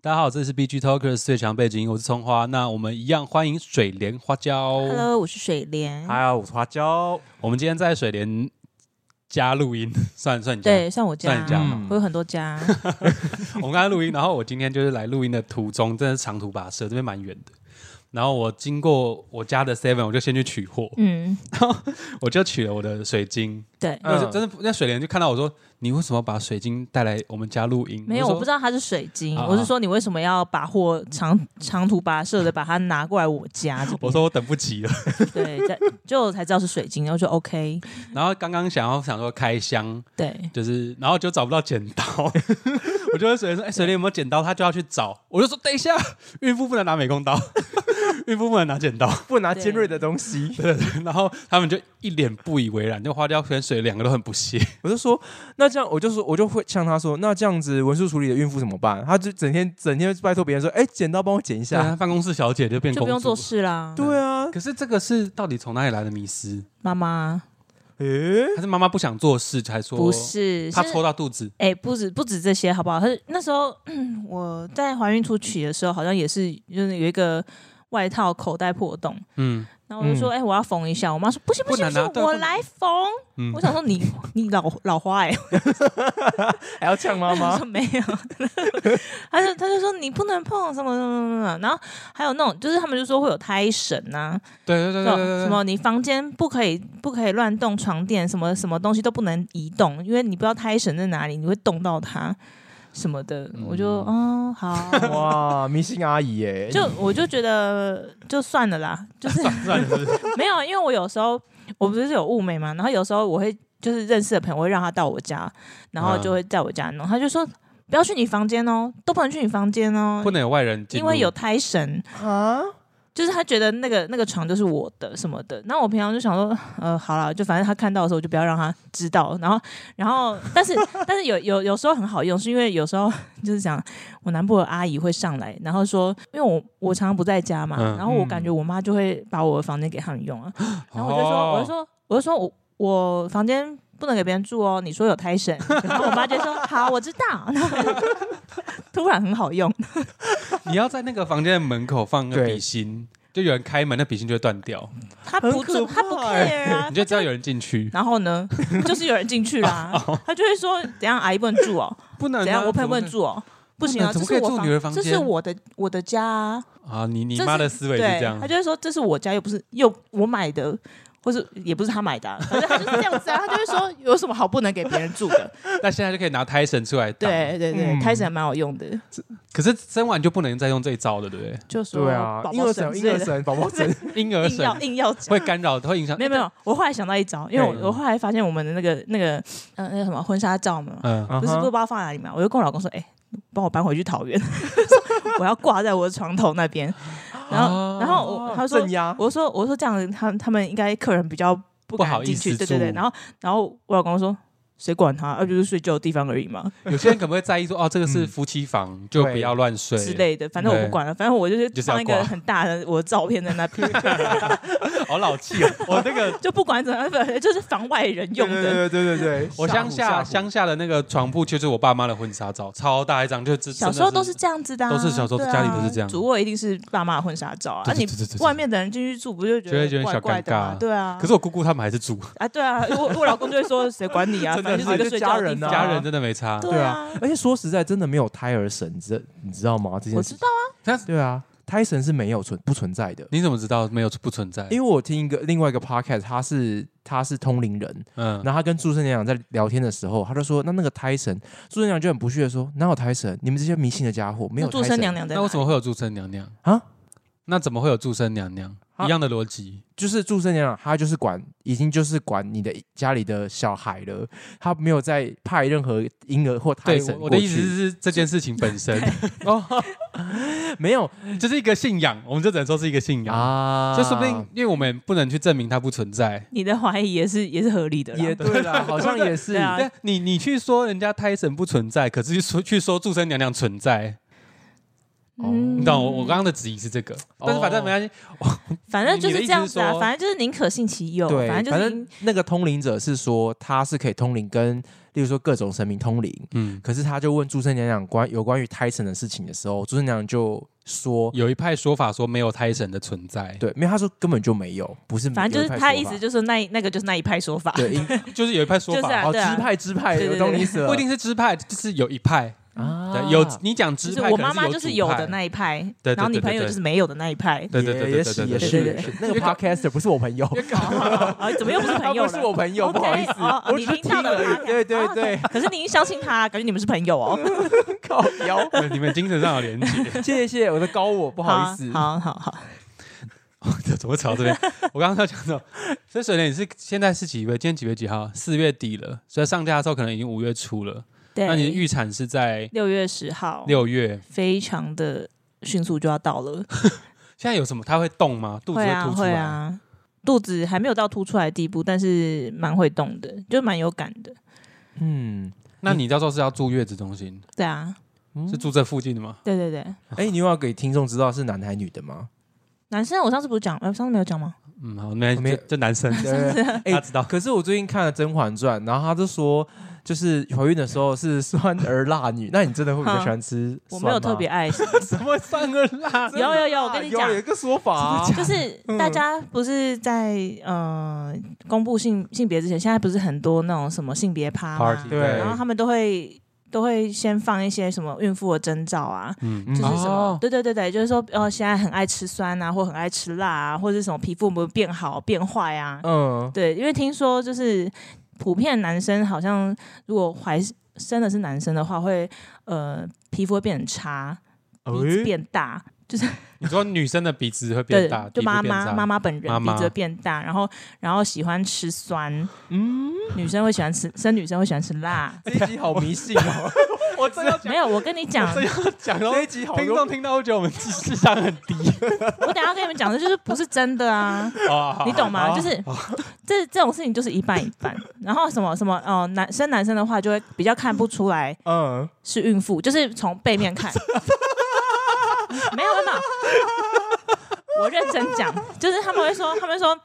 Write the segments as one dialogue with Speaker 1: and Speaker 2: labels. Speaker 1: 大家好，这里是 BG Talkers 最强背景，我是葱花。那我们一样欢迎水莲花椒。
Speaker 2: Hello，我是水莲。
Speaker 3: 嗨，哎我是花椒。
Speaker 1: 我们今天在水莲家录音， 算算你家
Speaker 2: 对，算我
Speaker 1: 算
Speaker 2: 家，
Speaker 1: 你家
Speaker 3: 嘛
Speaker 2: 我有很多家。
Speaker 1: 我们刚才录音，然后我今天就是来录音的途中，真的是长途跋涉，这边蛮远的。然后我经过我家的 Seven，我就先去取货，
Speaker 2: 嗯，
Speaker 1: 我就取了我的水晶。
Speaker 2: 对，
Speaker 3: 嗯
Speaker 1: 那就真的，那水莲就看到我说：“你为什么把水晶带来我们家录音？”
Speaker 2: 没有，我不知
Speaker 1: 道。
Speaker 2: 道它是水晶，
Speaker 1: 啊啊
Speaker 2: 我是说你为什么要把货长长途跋涉的把它拿过来我家 这边？
Speaker 1: 我说我等不 及了，
Speaker 2: 对，在就我才知道是水晶，然后就 OK，
Speaker 1: 然后刚刚想要想说开箱，
Speaker 2: 对，
Speaker 1: 就是然后就找不到剪刀， 我就问水莲说：“哎、水莲有没有剪刀？”她就要去找，我就说：“等一下，孕妇不能拿美工刀， 孕妇不能拿剪刀。”
Speaker 3: 不拿尖锐的东西，
Speaker 1: 对对对，然后他们就一脸不以为然，就花椒跟水两个都很不屑。
Speaker 3: 我就说，那这样我就说，我就会向他说，那这样子文书处理的孕妇怎么办？他就整天整天拜托别人说，哎，剪刀帮我剪一
Speaker 1: 对
Speaker 3: 下。
Speaker 1: 啊，办公室小姐就变
Speaker 2: 就
Speaker 1: 公主
Speaker 2: 不用做事啦。
Speaker 3: 对啊，
Speaker 1: 可是这个是到底从哪里来的迷思？
Speaker 2: 妈妈
Speaker 3: 诶，
Speaker 1: 还是妈妈不想做事才说？
Speaker 2: 不，是，
Speaker 1: 她
Speaker 2: 是
Speaker 1: 戳到肚子。
Speaker 2: 哎、不止不止这些，好不好？他那时候 我在怀孕初期的时候，好像也是就是有一个外套口袋破洞，
Speaker 1: 嗯
Speaker 2: 然后我就说，哎、我要缝一下。我妈说，不行
Speaker 1: 不
Speaker 2: 行
Speaker 1: 能
Speaker 2: 不
Speaker 1: 啊
Speaker 2: 行，
Speaker 1: 对
Speaker 2: 我
Speaker 1: 不能
Speaker 2: 来缝。
Speaker 1: 嗯
Speaker 2: 我，想说 你你老老花哎、
Speaker 3: 还要呛妈
Speaker 2: 我
Speaker 3: 妈
Speaker 2: 说？没有，他就他就说你不能碰什么什么什么什么，然后还有那种就是他们就说会有胎神呐、
Speaker 1: 对对对
Speaker 2: 啊，
Speaker 1: 对
Speaker 2: 种
Speaker 1: 对
Speaker 2: 什么你房间不可以不可以乱动床垫，什么什么东西都不能移动，因为你不知道胎神在哪里，你会动到它什么的。
Speaker 1: 嗯
Speaker 2: 我就哦 好，
Speaker 3: 哇，明星阿姨耶！
Speaker 2: 就我就觉得就算了啦，就是
Speaker 1: 算了，是不是
Speaker 2: 没有，因为我有时候我不是有雾眉嘛，然后有时候我会就是认识的朋友，我会让他到我家，然后就
Speaker 1: 嗯
Speaker 2: 会在我家弄，他就说不要去你房间哦，都不能去你房间哦
Speaker 1: 不，能有外人进
Speaker 2: 因
Speaker 1: 入，哦
Speaker 2: 为有胎神，
Speaker 3: 啊，
Speaker 2: 就是他觉得那个那个床就是我的什么的。那我平常就想说，呃，好了，就反正他看到的时候，我就不要让他知道。然后，然后，但是 但是有有有时候很好用，是因为有时候就是讲我南部的阿姨会上来，然后说，因为我我常常不在家嘛，
Speaker 1: 嗯
Speaker 2: 然后我感觉我妈就会把我的房间给他们用啊。然后我就说，
Speaker 1: 哦
Speaker 2: 我就说，我就说我我房间不能给别人住哦，你说有胎神，然后我妈就说 好，我知道。然后 突然很好用，
Speaker 1: 你要在那个房间的门口放个笔芯，就有人开门，那笔芯就会断掉，
Speaker 2: 她不
Speaker 3: 很可
Speaker 2: 准，她不
Speaker 3: 怕欸
Speaker 2: care 啊
Speaker 1: 你，就知道有人进去。
Speaker 2: 然后呢，就是有人进去啦，
Speaker 1: 哦
Speaker 2: 他就会说：“怎样，阿姨不能住 哦，
Speaker 1: 不能啊，
Speaker 2: 怎样，我朋友不
Speaker 1: 怎么
Speaker 2: 能住哦，不行
Speaker 1: 能
Speaker 2: 啊，
Speaker 1: 怎
Speaker 2: 这
Speaker 1: 么
Speaker 2: 是
Speaker 1: 可以住
Speaker 2: 我
Speaker 1: 女儿房
Speaker 2: 这是
Speaker 1: 间
Speaker 2: 我的我的家啊。
Speaker 1: 啊！你你
Speaker 2: 这
Speaker 1: 妈
Speaker 2: 是
Speaker 1: 的思”维是
Speaker 2: 对
Speaker 1: 这，样
Speaker 2: 他，就会说：“这是我家，又不是又我买的，或是也不是他 买的啊，反正他就是这样子啊。”他就会说：“有什么好不能给别人住的
Speaker 1: 那现在就可以拿胎神出 来？”打。
Speaker 2: 对对对，
Speaker 3: 嗯
Speaker 2: 开始还蛮好用的，
Speaker 1: 可是生完就不能再用这一招了，对不对？
Speaker 2: 就说
Speaker 3: 对啊
Speaker 2: 宝，
Speaker 3: 婴
Speaker 2: 宝
Speaker 3: 儿
Speaker 2: 神
Speaker 3: 神，
Speaker 2: 之
Speaker 3: 婴儿
Speaker 2: 类的，
Speaker 3: 神，宝宝神，
Speaker 1: 婴儿
Speaker 2: 硬
Speaker 1: 神
Speaker 2: 要硬要讲。
Speaker 1: 会啊干扰，会影响
Speaker 2: 没。有没有，我后来想到一招，因为
Speaker 1: 嗯
Speaker 2: 我我后来发现我们的那个那个呃那个什么婚纱照嘛，
Speaker 1: 嗯，
Speaker 2: 不是不知道放在哪里嘛，我就跟我老公说，哎、帮我搬回去桃园， 我要挂在我的床头那边。
Speaker 1: 哦
Speaker 2: 然后，然后我他说
Speaker 3: 镇，压，
Speaker 2: 我说我说这样，他他们应该客人比较不
Speaker 1: 不好
Speaker 2: 敢
Speaker 1: 意思
Speaker 2: 进去，对对对。
Speaker 1: 住
Speaker 2: 然后，然后我老公说，谁管他？啊，就是睡觉的地方而已嘛
Speaker 1: 有些人可能会在意说，哦，这个是夫妻房，就不要乱睡
Speaker 2: 之。类的，反正我
Speaker 1: 对
Speaker 2: 不管了，反正我就是
Speaker 1: 就是要
Speaker 2: 放一个
Speaker 1: 挂
Speaker 2: 很大的我的照片在那边，
Speaker 1: 好老 气哦！我那个
Speaker 2: 就不管怎么样，反正就是防外人用的。
Speaker 3: 对对对对对，
Speaker 1: 我乡下乡下的那个床铺就是我爸妈的婚纱照，超大一张，就真
Speaker 2: 小时候
Speaker 1: 真的
Speaker 2: 都是这样子的、啊，
Speaker 1: 都是小时候
Speaker 2: 对啊
Speaker 1: 家里都是这样
Speaker 2: 主卧一定是爸妈的婚纱照啊，
Speaker 1: 对
Speaker 2: 那
Speaker 1: 对
Speaker 2: 你
Speaker 1: 对对对对
Speaker 2: 外面的人进去住，不就觉
Speaker 1: 觉得
Speaker 2: 得
Speaker 1: 有点小
Speaker 2: 怪怪的
Speaker 1: 尴尬
Speaker 2: 嘛？对啊，
Speaker 1: 可是我姑姑他们还是住，
Speaker 2: 啊，对啊，我我老公就会说谁管你啊，
Speaker 3: 真的
Speaker 2: 反正就是一个睡觉的地
Speaker 3: 对
Speaker 2: 方
Speaker 3: 啊
Speaker 1: 家人真的没差。
Speaker 2: 对
Speaker 3: 对
Speaker 2: 啊
Speaker 3: 啊，而且说实在，真的没有胎儿神，这你知道吗？这件
Speaker 2: 我
Speaker 3: 事
Speaker 2: 知，道啊，
Speaker 3: 对啊，胎神是没有存不存在的。
Speaker 1: 你怎么知道没有不存在？
Speaker 3: 因为我听一个另外一个 podcast，他是他是通灵人，
Speaker 1: 嗯，
Speaker 3: 然后他跟祝生娘娘在聊天的时候，他就说那那个胎神，祝生娘娘就很不屑的说哪有胎神，你们这些迷信的家伙没有
Speaker 2: 那祝
Speaker 3: 胎
Speaker 2: 生
Speaker 3: 神。
Speaker 2: 娘娘在哪
Speaker 1: 那为什么会有祝生娘娘
Speaker 3: 啊？
Speaker 1: 那怎么会有祝生娘娘？
Speaker 3: 啊
Speaker 1: 一样的逻辑，
Speaker 3: 就是祝生娘娘，她就是管，已经就是管你的家里的小孩了，她没有再派任何婴儿或胎
Speaker 1: 对，
Speaker 3: 神
Speaker 1: 我
Speaker 3: 过
Speaker 1: 我
Speaker 3: 去。
Speaker 1: 的意思是这件事情本身
Speaker 3: 哦，没有
Speaker 1: 就是一个信仰，我们就只能说是一个信仰。
Speaker 3: 啊，
Speaker 1: 就说不定，因为我们不能去证明它不存在。
Speaker 2: 你的怀疑也是也是合理的啦，
Speaker 3: 也 对啦，好像也是
Speaker 2: 对啊
Speaker 1: 但你你去说人家胎神不存在，可是去说去说祝生娘娘存在，
Speaker 2: 嗯
Speaker 3: 哦
Speaker 1: 你懂我我刚刚的质疑是这个，但是反正没关系，
Speaker 2: 嗯反正就
Speaker 1: 你的
Speaker 2: 是
Speaker 1: 意思
Speaker 2: 这样子
Speaker 1: 是
Speaker 2: 啊，
Speaker 1: 说
Speaker 2: 反正就是宁可信其有，
Speaker 3: 对，
Speaker 2: 反正就是因
Speaker 3: 那个通灵者是说他是可以通灵跟例如说各种神明通灵。
Speaker 1: 嗯，
Speaker 3: 可是他就问诸生娘娘关有关于胎神的事情的时候，诸生娘娘就说，
Speaker 1: 有一派说法说没有胎神的存在，
Speaker 3: 对，没有，他说根本就没嗯有，不是，
Speaker 2: 反正就是他意思
Speaker 3: 就
Speaker 2: 就是那那个就是那一派说法，
Speaker 3: 对，应
Speaker 1: 就是有一派说
Speaker 2: 就是
Speaker 1: 法，
Speaker 2: 啊
Speaker 3: 哦，
Speaker 2: 对
Speaker 3: 支派支派，
Speaker 2: 对对
Speaker 3: 我懂你意思了，
Speaker 1: 不一定是支派，就是有一派，
Speaker 3: 啊
Speaker 1: 对，有你讲
Speaker 2: 就
Speaker 1: 支
Speaker 2: 是
Speaker 1: 派，
Speaker 2: 我妈妈就是有
Speaker 1: 有主
Speaker 2: 的
Speaker 1: 派，
Speaker 2: 那一派，
Speaker 1: 对对对
Speaker 2: 然后你朋友
Speaker 1: 对对
Speaker 2: 就是没有的那一派。
Speaker 1: 对对对
Speaker 3: 也
Speaker 1: 对
Speaker 3: 是
Speaker 1: 对
Speaker 3: 也
Speaker 1: 对对，
Speaker 3: 是
Speaker 2: 对
Speaker 3: 也是，那个 podcaster 不是我朋友，
Speaker 2: 哦，哦怎么又不是朋友
Speaker 3: 他不是我
Speaker 2: 了？
Speaker 3: 朋友，不好意思
Speaker 2: OK，哦，哦
Speaker 3: 我
Speaker 2: 你
Speaker 3: 只是
Speaker 2: 听到的
Speaker 3: 而已
Speaker 2: podcast
Speaker 3: 对对对，
Speaker 2: 可是你已经相信他，感觉你们是朋友哦。
Speaker 3: 靠腰，
Speaker 1: 对你们精神上有连接，
Speaker 3: 谢谢我的高我， 不好意思，
Speaker 2: 好好好，
Speaker 1: 这怎么扯到这边？我刚刚在讲到，所以水莲你是现在是几月？今天几月几号？四月底了，所以上架的时候可能已经五月初了。
Speaker 2: 对，
Speaker 1: 那你的预产是在
Speaker 2: 六月十号，
Speaker 1: 六月？
Speaker 2: 非常的迅速就要到了，
Speaker 1: 现在有什么？它会动吗？肚子
Speaker 2: 会啊
Speaker 1: 凸出
Speaker 2: 会
Speaker 1: 来？
Speaker 2: 啊，肚子还没有到凸出来的地步，但是蛮会动的，就蛮有感的。
Speaker 3: 嗯，
Speaker 1: 那你到时候是要住月子中心？
Speaker 2: 对啊，
Speaker 1: 是住这附近的吗？
Speaker 2: 对对对，
Speaker 3: 哎，你有要给听众知道是男的还是女的吗？
Speaker 2: 男生我上次不是讲，呃，上次没有讲吗？
Speaker 1: 嗯，好，没
Speaker 3: 没
Speaker 1: 就就男 生，
Speaker 3: 对，哎
Speaker 1: 他知道。
Speaker 3: 可是我最近看了《甄嬛传》，然后他就说，就是怀孕的时候是酸儿辣女，那你真的会比较喜欢吃
Speaker 2: 我
Speaker 3: 酸吗？
Speaker 2: 没有特别爱，
Speaker 1: 哎怎么三个 辣？
Speaker 2: 有有有，我跟你
Speaker 3: 有
Speaker 2: 讲
Speaker 3: 有，一个说法啊，
Speaker 2: 就是大家不是在呃公布性性别之前，现在不是很多那种什么性别趴嘛
Speaker 1: Party，
Speaker 3: 对
Speaker 2: 然后他们都会都会先放一些什么孕妇的征兆啊，
Speaker 1: 嗯
Speaker 3: 嗯
Speaker 2: 就是什么，
Speaker 1: 哦
Speaker 2: 对对对对，就是说呃现在很爱吃酸啊，或很爱吃辣啊，或者是什么皮肤有没有变好变坏啊，
Speaker 3: 嗯，
Speaker 2: 对，因为听说就是普遍男生好像如果怀生的是男生的话，会呃皮肤会变很差，鼻子变大，
Speaker 1: 你说女生的鼻子会
Speaker 2: 对
Speaker 1: 变大，，
Speaker 2: 就
Speaker 1: 鼻子
Speaker 2: 妈
Speaker 1: 变
Speaker 2: 妈
Speaker 1: 大
Speaker 2: 妈妈本人
Speaker 1: 妈
Speaker 2: 鼻
Speaker 1: 妈
Speaker 2: 子会变大，然后然后喜欢吃酸，
Speaker 3: 嗯，
Speaker 2: 女生会喜欢吃，生女生会喜欢吃辣。
Speaker 3: 这一集好迷信哦，我真的
Speaker 2: 没有，我跟你讲，
Speaker 1: 这样讲到
Speaker 3: 这一集好
Speaker 1: 听众听到会觉得我们知识商很低
Speaker 2: 我等一下跟你们讲的就是不是真的啊，
Speaker 1: 啊
Speaker 2: 你懂吗？就是这这种事情就是一半一半。然后什么什么哦，男生男生的话就会比较看不出来
Speaker 3: 嗯，
Speaker 2: 是孕妇，就是从背 面看，没有办法。我认真讲，就是他们会说，他们说，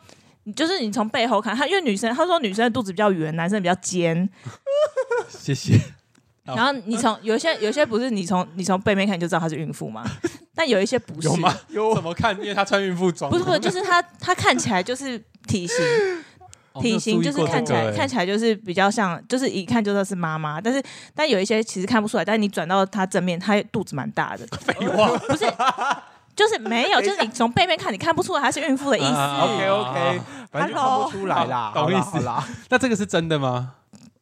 Speaker 2: 你就是你从背后看，他因为女生，他说女生的肚子比较圆，男生比较尖，
Speaker 1: 谢谢。哦
Speaker 2: 然后你从有一些有一些不是你从你从背面看你就知道她是孕妇嘛，但有一些不是，
Speaker 1: 有吗？有怎么看？因为她穿孕妇装，
Speaker 2: 不是不是，就是她她看起来就是体型
Speaker 1: 哦
Speaker 2: 体型就是看起来看
Speaker 1: 起
Speaker 2: 起来就是比较像，就是一看就知道是妈妈，但是但有一些其实看不出来，但是你转到她正面，她肚子蛮大的，
Speaker 1: 来 废话。
Speaker 2: 不是。就是没有，就是你从背面看，你看不出来她是孕妇的意思。
Speaker 1: 啊
Speaker 3: OK OK，反正就看不出来
Speaker 1: Hello
Speaker 3: 啦，好啦
Speaker 1: 懂意思
Speaker 3: 好啦，
Speaker 1: 那这个是真的吗？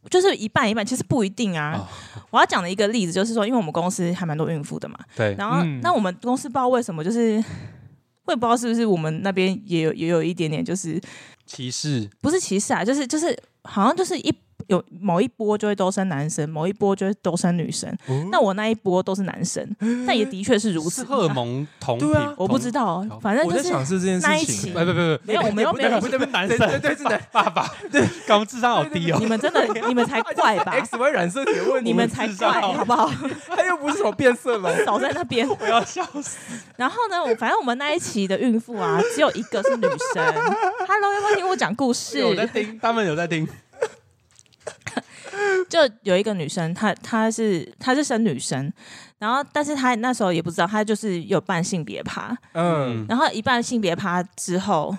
Speaker 2: 就是一半一半，其实不一定啊。
Speaker 1: 哦
Speaker 2: 我要讲的一个例子就是说，因为我们公司还蛮多孕妇的嘛，
Speaker 1: 对，
Speaker 2: 然后、
Speaker 3: 嗯
Speaker 2: 那我们公司不知道为什么，就是我也不知道是不是我们那边也有也有一点点，就是
Speaker 1: 歧视
Speaker 2: 不是歧视啊，就是就是好像就是一有某一波就会都生男生，某一波就会都生女生。
Speaker 1: 哦
Speaker 2: 那我那一波都是男生，但也的确是如
Speaker 1: 嗯是
Speaker 2: 此。
Speaker 1: 荷尔蒙同频
Speaker 3: 对啊，
Speaker 2: 我不知道
Speaker 1: 同，
Speaker 2: 反正
Speaker 3: 我
Speaker 2: 就
Speaker 3: 在
Speaker 2: 是
Speaker 3: 想是这件
Speaker 2: 那一
Speaker 3: 事
Speaker 2: 起
Speaker 3: 情
Speaker 1: 不，不不不，
Speaker 2: 没有，我们又没有。
Speaker 1: 不对，男
Speaker 3: 对
Speaker 1: 生
Speaker 3: 对对，是的
Speaker 1: 爸爸，对，搞智商好低哦
Speaker 2: 你。们真的，你们才怪吧？
Speaker 3: ，X Y 染色体的问题，
Speaker 2: 你们才
Speaker 1: 智
Speaker 2: 怪，
Speaker 1: 障
Speaker 2: 好不好？
Speaker 3: 他又不是什么变色龙，
Speaker 2: 少在那边。
Speaker 1: 我要笑死！
Speaker 2: 然后呢，我反正我们那一期的孕妇啊，只有一个是女生。Hello，要不要听我讲故
Speaker 3: 哎
Speaker 2: 事？
Speaker 1: 有在听，他们有在听。
Speaker 2: 就有一个女生，她她是她是生女生，然后但是她那时候也不知道，她就是有办性别趴，
Speaker 3: 嗯，
Speaker 2: 然后一办性别趴之后，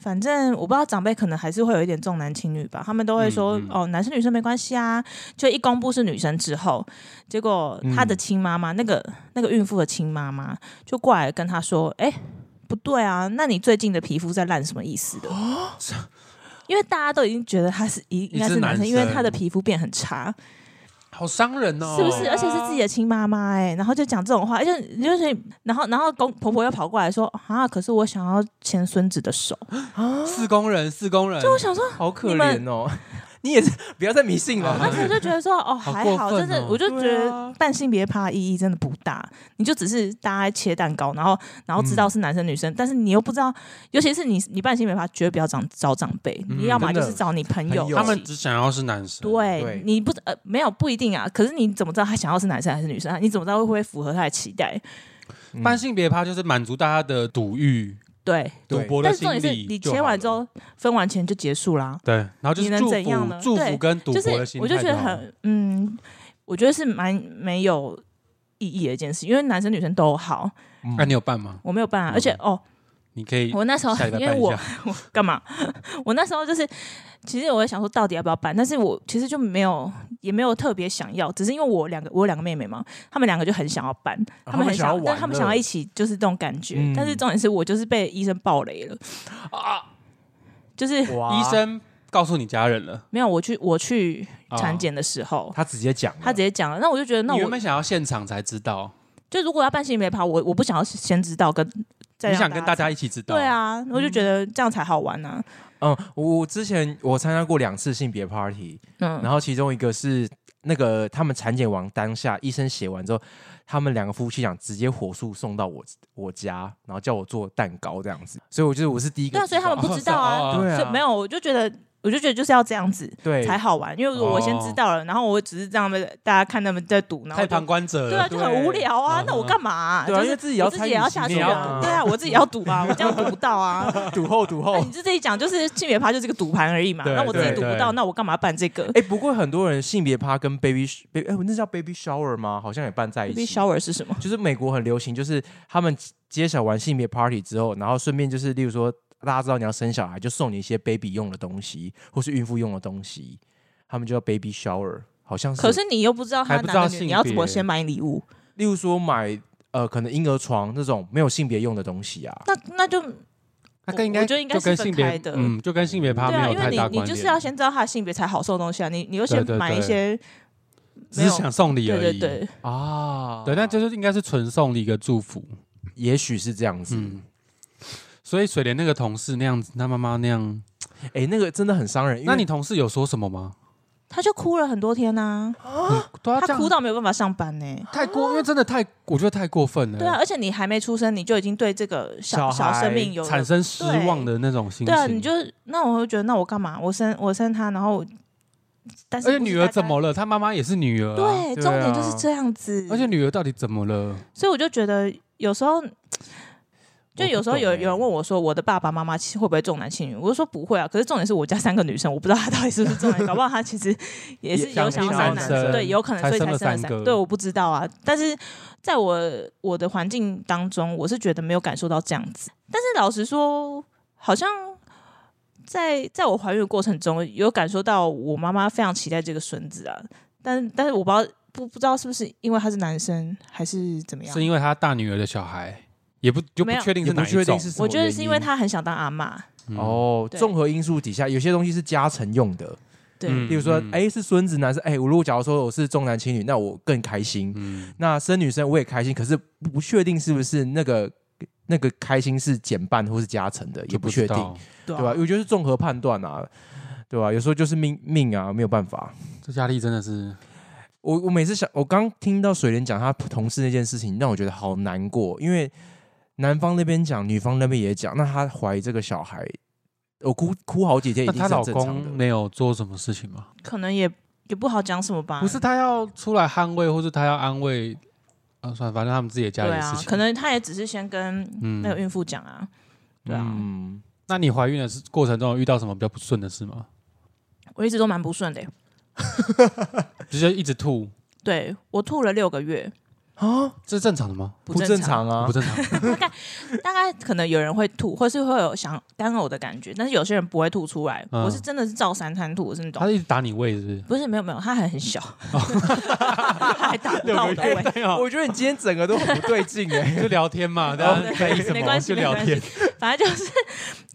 Speaker 2: 反正我不知道长辈可能还是会有一点重男轻女吧，他们都会说、
Speaker 1: 嗯嗯
Speaker 2: 哦男生女生没关系啊，就一公布是女生之后，结果她的亲妈妈、那个那个孕妇的亲妈妈就过来跟她说，哎、不对啊，那你最近的皮肤在烂什么意思的？因为大家都已经觉得她是应应该
Speaker 1: 一
Speaker 2: 是
Speaker 1: 只
Speaker 2: 男生，
Speaker 1: 男
Speaker 2: 因为
Speaker 1: 生
Speaker 2: 她的皮肤变很差，
Speaker 1: 好伤人哦，
Speaker 2: 是不是？而且是自己的亲妈妈哎，然后就讲这种话，而且就是，然后然后公婆婆又跑过来说啊，可是我想要牵孙子的手，
Speaker 1: 四工人，四工人，
Speaker 2: 就我想说，
Speaker 3: 好可
Speaker 2: 你们
Speaker 3: 怜哦， 你啊也是不要再迷信了，
Speaker 2: 而且就觉得说 哦
Speaker 1: 好
Speaker 2: 还
Speaker 1: 过
Speaker 2: 好，
Speaker 1: 分
Speaker 2: 真的
Speaker 1: 哦
Speaker 2: 我就觉
Speaker 3: 对
Speaker 2: 得
Speaker 3: 啊
Speaker 2: 办性别趴意义真的不大，你就只是大家在切蛋糕，然后然后知
Speaker 1: 嗯
Speaker 2: 道是男生女生，但是你又不知道，尤其是你你办性别趴绝对不要找找长辈，
Speaker 1: 嗯
Speaker 2: 你要么
Speaker 3: 真
Speaker 2: 就
Speaker 3: 的
Speaker 2: 是找你朋友
Speaker 3: 朋
Speaker 2: 一起，
Speaker 3: 友
Speaker 1: 他们只想要是男生。
Speaker 2: 对啊
Speaker 3: 对，
Speaker 2: 你不呃没有不一定啊，可是你怎么知道他想要是男生还是女
Speaker 3: 嗯
Speaker 1: 嗯
Speaker 2: 生啊？你怎么知道会不会符合他的期待？
Speaker 1: 半性别趴就是满足大家的赌欲
Speaker 2: 对，
Speaker 1: 赌
Speaker 3: 对
Speaker 1: 博
Speaker 2: 但
Speaker 1: 的
Speaker 2: 是重
Speaker 1: 心
Speaker 2: 点是
Speaker 1: 理，
Speaker 2: 你签完之，后分完钱就结束啦，
Speaker 1: 对，然后就
Speaker 2: 你
Speaker 1: 是
Speaker 2: 能
Speaker 1: 祝
Speaker 2: 怎样
Speaker 1: 福
Speaker 2: 呢
Speaker 1: 祝
Speaker 2: 对
Speaker 1: 福跟赌
Speaker 2: 就
Speaker 1: 博
Speaker 2: 是
Speaker 1: 的心态，
Speaker 2: 我就觉得，很嗯，我觉得是蛮没有意义的一件事，因为男生女生都好，
Speaker 3: 嗯啊
Speaker 1: 那你有办吗？
Speaker 2: 我没有办法，而且哦，
Speaker 1: 你可以
Speaker 2: 我那时候
Speaker 1: 嗯下礼拜
Speaker 2: 因为
Speaker 1: 办一
Speaker 2: 我
Speaker 1: 下，
Speaker 2: 我干嘛？ 我那时候就是，其实我也想说到底要不要办，但是我其实就没有，也没有特别想要，只是因为我两个，我有两个妹妹嘛，她们两个就很想要办，
Speaker 1: 哦
Speaker 2: 她们很
Speaker 3: 想要
Speaker 2: 但她们想要一起就是这种感觉，
Speaker 3: 嗯
Speaker 2: 但是重点是我就是被医生暴雷了啊，就是
Speaker 3: 哇
Speaker 1: 医生告诉你家人了，
Speaker 2: 没有我去我去
Speaker 1: 啊
Speaker 2: 产，检的时候。
Speaker 3: 他直接讲了，
Speaker 2: 她直接讲了，那我就觉得，那
Speaker 1: 你原
Speaker 2: 我
Speaker 1: 本想要现场才知道，啊
Speaker 2: 就如果要办性别趴，我我不想要先知道跟再
Speaker 1: 你
Speaker 2: 让
Speaker 1: 想跟大
Speaker 2: 家
Speaker 1: 家一起知道，哦
Speaker 2: 对，啊，我就觉得这样才好玩啊。
Speaker 3: 嗯，我我之前我参加过两次性别 party，
Speaker 2: 嗯，
Speaker 3: 然后其中一个是那个他们产检完当下，医生写完之后，他们两个夫妻俩直接火速送到我我家，然后叫我做蛋糕这样子，所以我觉得我是第一个
Speaker 2: 对啊，所以
Speaker 3: 知
Speaker 2: 他
Speaker 3: 道，
Speaker 2: 们不知道啊，
Speaker 1: 哦是哦哦
Speaker 3: 对啊
Speaker 2: 所以没有，我就觉得，我就觉得就是要这样子
Speaker 3: 对
Speaker 2: 才好玩，因为如果我先知道了，然后我只是这样被大家看他们在赌，然 后
Speaker 1: 太
Speaker 2: 我就
Speaker 1: 旁观者
Speaker 2: 对啊，
Speaker 1: 了，
Speaker 2: 就很无聊啊
Speaker 1: 嗯，
Speaker 2: 那我干嘛啊？
Speaker 3: 对啊，
Speaker 2: 就
Speaker 3: 因为
Speaker 2: 是
Speaker 3: 自己
Speaker 2: 我
Speaker 3: 要
Speaker 2: 自
Speaker 3: 参
Speaker 2: 己
Speaker 3: 与
Speaker 2: 也要
Speaker 3: 其
Speaker 2: 下
Speaker 3: 中
Speaker 2: 去啊，
Speaker 1: 中
Speaker 2: 对啊，我自己要赌啊，我这样赌不到啊。
Speaker 3: 赌后赌
Speaker 2: 那
Speaker 3: 后
Speaker 2: 你。就自己讲，就是性别趴就是个赌盘而已嘛。
Speaker 1: 对
Speaker 2: 那我自己
Speaker 1: 对
Speaker 2: 赌不
Speaker 1: 对
Speaker 2: 到，那我干嘛办这个
Speaker 3: 哎、不过很多人性别趴跟 baby sh- baby 哎、那叫 baby shower 吗？好像也办在一起。
Speaker 2: ？Baby shower 是什么？
Speaker 3: 就是美国很流行，就是他们揭晓完性别 party 之后，然后顺便就是，例如说大家知道你要生小孩，就送你一些 baby 用的东西，或是孕妇用的东西，他们就叫 baby shower，好像是。
Speaker 2: 可是你又不知道他
Speaker 1: 还不知
Speaker 2: 男
Speaker 1: 道
Speaker 2: 的女，
Speaker 1: 性
Speaker 2: 你要怎么
Speaker 1: 别
Speaker 2: 先买礼物？
Speaker 3: 例如说买呃，可能婴儿床那种没有性别用的东西啊，
Speaker 2: 那那就
Speaker 1: 那跟应
Speaker 2: 我
Speaker 1: 该
Speaker 2: 我觉得应该
Speaker 1: 就跟
Speaker 2: 是分
Speaker 1: 性
Speaker 2: 开
Speaker 1: 别
Speaker 2: 的
Speaker 1: 嗯，就跟性别趴
Speaker 2: 对
Speaker 1: 没
Speaker 2: 啊，
Speaker 1: 有
Speaker 2: 因
Speaker 1: 太
Speaker 2: 为
Speaker 1: 大关
Speaker 2: 你你
Speaker 1: 联，
Speaker 2: 就是要先知道他的性别才好送东西啊。你你又先
Speaker 1: 对对
Speaker 2: 买一
Speaker 1: 对
Speaker 2: 些，
Speaker 1: 只是想送礼
Speaker 2: 对
Speaker 1: 而
Speaker 2: 对
Speaker 1: 已，
Speaker 2: 对，
Speaker 3: 啊
Speaker 1: 对，那就是应该是纯送礼一个祝福，
Speaker 3: 也许是这样子。
Speaker 1: 嗯。所以水莲那个同事那样子，他妈妈那样，
Speaker 3: 哎、那个真的很伤人。因为
Speaker 1: 那你同事有说什么吗？
Speaker 2: 他就哭了很多天呐、
Speaker 1: 对啊，这
Speaker 2: 他
Speaker 1: 样
Speaker 2: 哭到没有办法上班呢、
Speaker 1: 太过，因为真的太，我觉得太过分了，
Speaker 2: 对啊，而且你还没出生，你就已经对这个小
Speaker 3: 小
Speaker 2: 小
Speaker 3: 孩
Speaker 2: 生命有了
Speaker 1: 产生失望的那种心情。
Speaker 2: 对啊，你就是那我会觉得，那我干嘛？我生我生他，然后但是
Speaker 1: 而且
Speaker 2: 不是
Speaker 1: 女儿
Speaker 2: 大家
Speaker 1: 怎么了？她妈妈也是女儿、啊，
Speaker 2: 对，
Speaker 3: 对啊
Speaker 2: 重点就是这样子。
Speaker 1: 而且女儿到底怎么了？
Speaker 2: 所以我就觉得有时候。就有时候有
Speaker 3: 我不懂欸
Speaker 2: 有人问我说，我的爸爸妈妈会不会重男轻女？我就说不会啊。可是重点是我家三个女生，我不知道她到底是不是重男，搞不好她其实也是
Speaker 3: 也
Speaker 2: 有想要生
Speaker 3: 想要
Speaker 2: 男
Speaker 3: 生
Speaker 2: 生，对，有可能
Speaker 1: 才
Speaker 2: 所以才
Speaker 1: 生了
Speaker 2: 生了
Speaker 1: 三
Speaker 2: 三
Speaker 1: 个
Speaker 2: 对，我不知道啊。但是在我我的环境当中，我是觉得没有感受到这样子。但是老实说，好像在在我怀孕的过程中，有感受到我妈妈非常期待这个孙子啊。但但是我不知道不不知道是不是因为他是男生还是怎么样
Speaker 1: 是。因为她大女儿的小孩，也不就不
Speaker 2: 没有
Speaker 1: 确定
Speaker 3: 也
Speaker 1: 是
Speaker 3: 不
Speaker 1: 哪
Speaker 3: 确
Speaker 1: 一
Speaker 3: 定
Speaker 1: 种。
Speaker 3: 是什么
Speaker 2: 我觉得
Speaker 3: 原
Speaker 2: 是因为
Speaker 3: 因
Speaker 2: 他很想当阿嬷，
Speaker 1: 嗯，
Speaker 3: 哦，
Speaker 2: 对
Speaker 3: 综合因素底下，有些东西是加成用的，
Speaker 2: 对，
Speaker 1: 嗯
Speaker 3: 例如说，哎、是孙子男生，哎、我如果假如说我是重男轻女，那我更开心。
Speaker 1: 嗯，
Speaker 3: 那生女生我也开心，可是不确定是不是那个那个开心是减半或是加成的，也
Speaker 1: 就
Speaker 3: 不
Speaker 1: 不
Speaker 3: 确
Speaker 1: 知
Speaker 3: 定，
Speaker 1: 道，
Speaker 2: 对
Speaker 3: 对
Speaker 2: 啊
Speaker 3: 吧、我觉得是综合判断啊，对吧、有时候就是命命啊，没有办法。
Speaker 1: 这压力真的是
Speaker 3: 我我每次想，我刚听到水莲讲她同事那件事情，让我觉得好难过，因为男方那边讲，女方那边也讲，那她怀这个小孩，我哭哭好几天，一
Speaker 1: 那
Speaker 3: 定
Speaker 1: 她
Speaker 3: 是
Speaker 1: 老
Speaker 3: 很正常
Speaker 1: 公
Speaker 3: 的。
Speaker 1: 没有做什么事情吗？
Speaker 2: 可能也也不好讲什么吧。
Speaker 1: 不是，她要出来捍卫，或是她要安慰，啊，算了，反正他们自己的家
Speaker 2: 对
Speaker 1: 里的事
Speaker 2: 啊，
Speaker 1: 情。
Speaker 2: 可能他也只是先跟
Speaker 1: 嗯
Speaker 2: 那个孕妇讲啊，对啊，
Speaker 3: 嗯，
Speaker 1: 那你怀孕的是过程中有遇到什么比较不顺的事吗？
Speaker 2: 我一直都蛮不顺的欸。
Speaker 1: 就是一直吐，
Speaker 2: 对我吐了六个月，
Speaker 1: 这是正常的吗？
Speaker 2: 不
Speaker 3: 不正
Speaker 2: 常。
Speaker 3: 常啊
Speaker 1: 不， 正常。
Speaker 2: 大概可能有人会吐，或是会有想干呕的感觉，但是有些人不会吐出来。
Speaker 1: 嗯
Speaker 2: 我是真的是照三餐吐，我是那
Speaker 1: 他
Speaker 2: 种。
Speaker 1: 一直打你胃是不是？
Speaker 2: 不是没有没有，他还很小， 他还打不到我的位。
Speaker 1: 没有
Speaker 3: 我觉得你今天整个都很不对劲 哎、
Speaker 1: 啊就聊天嘛，大
Speaker 2: 哦
Speaker 1: 家在意什
Speaker 2: 没
Speaker 1: 么
Speaker 2: 关系
Speaker 1: 就聊
Speaker 2: 没
Speaker 1: 天
Speaker 2: 关。反正就是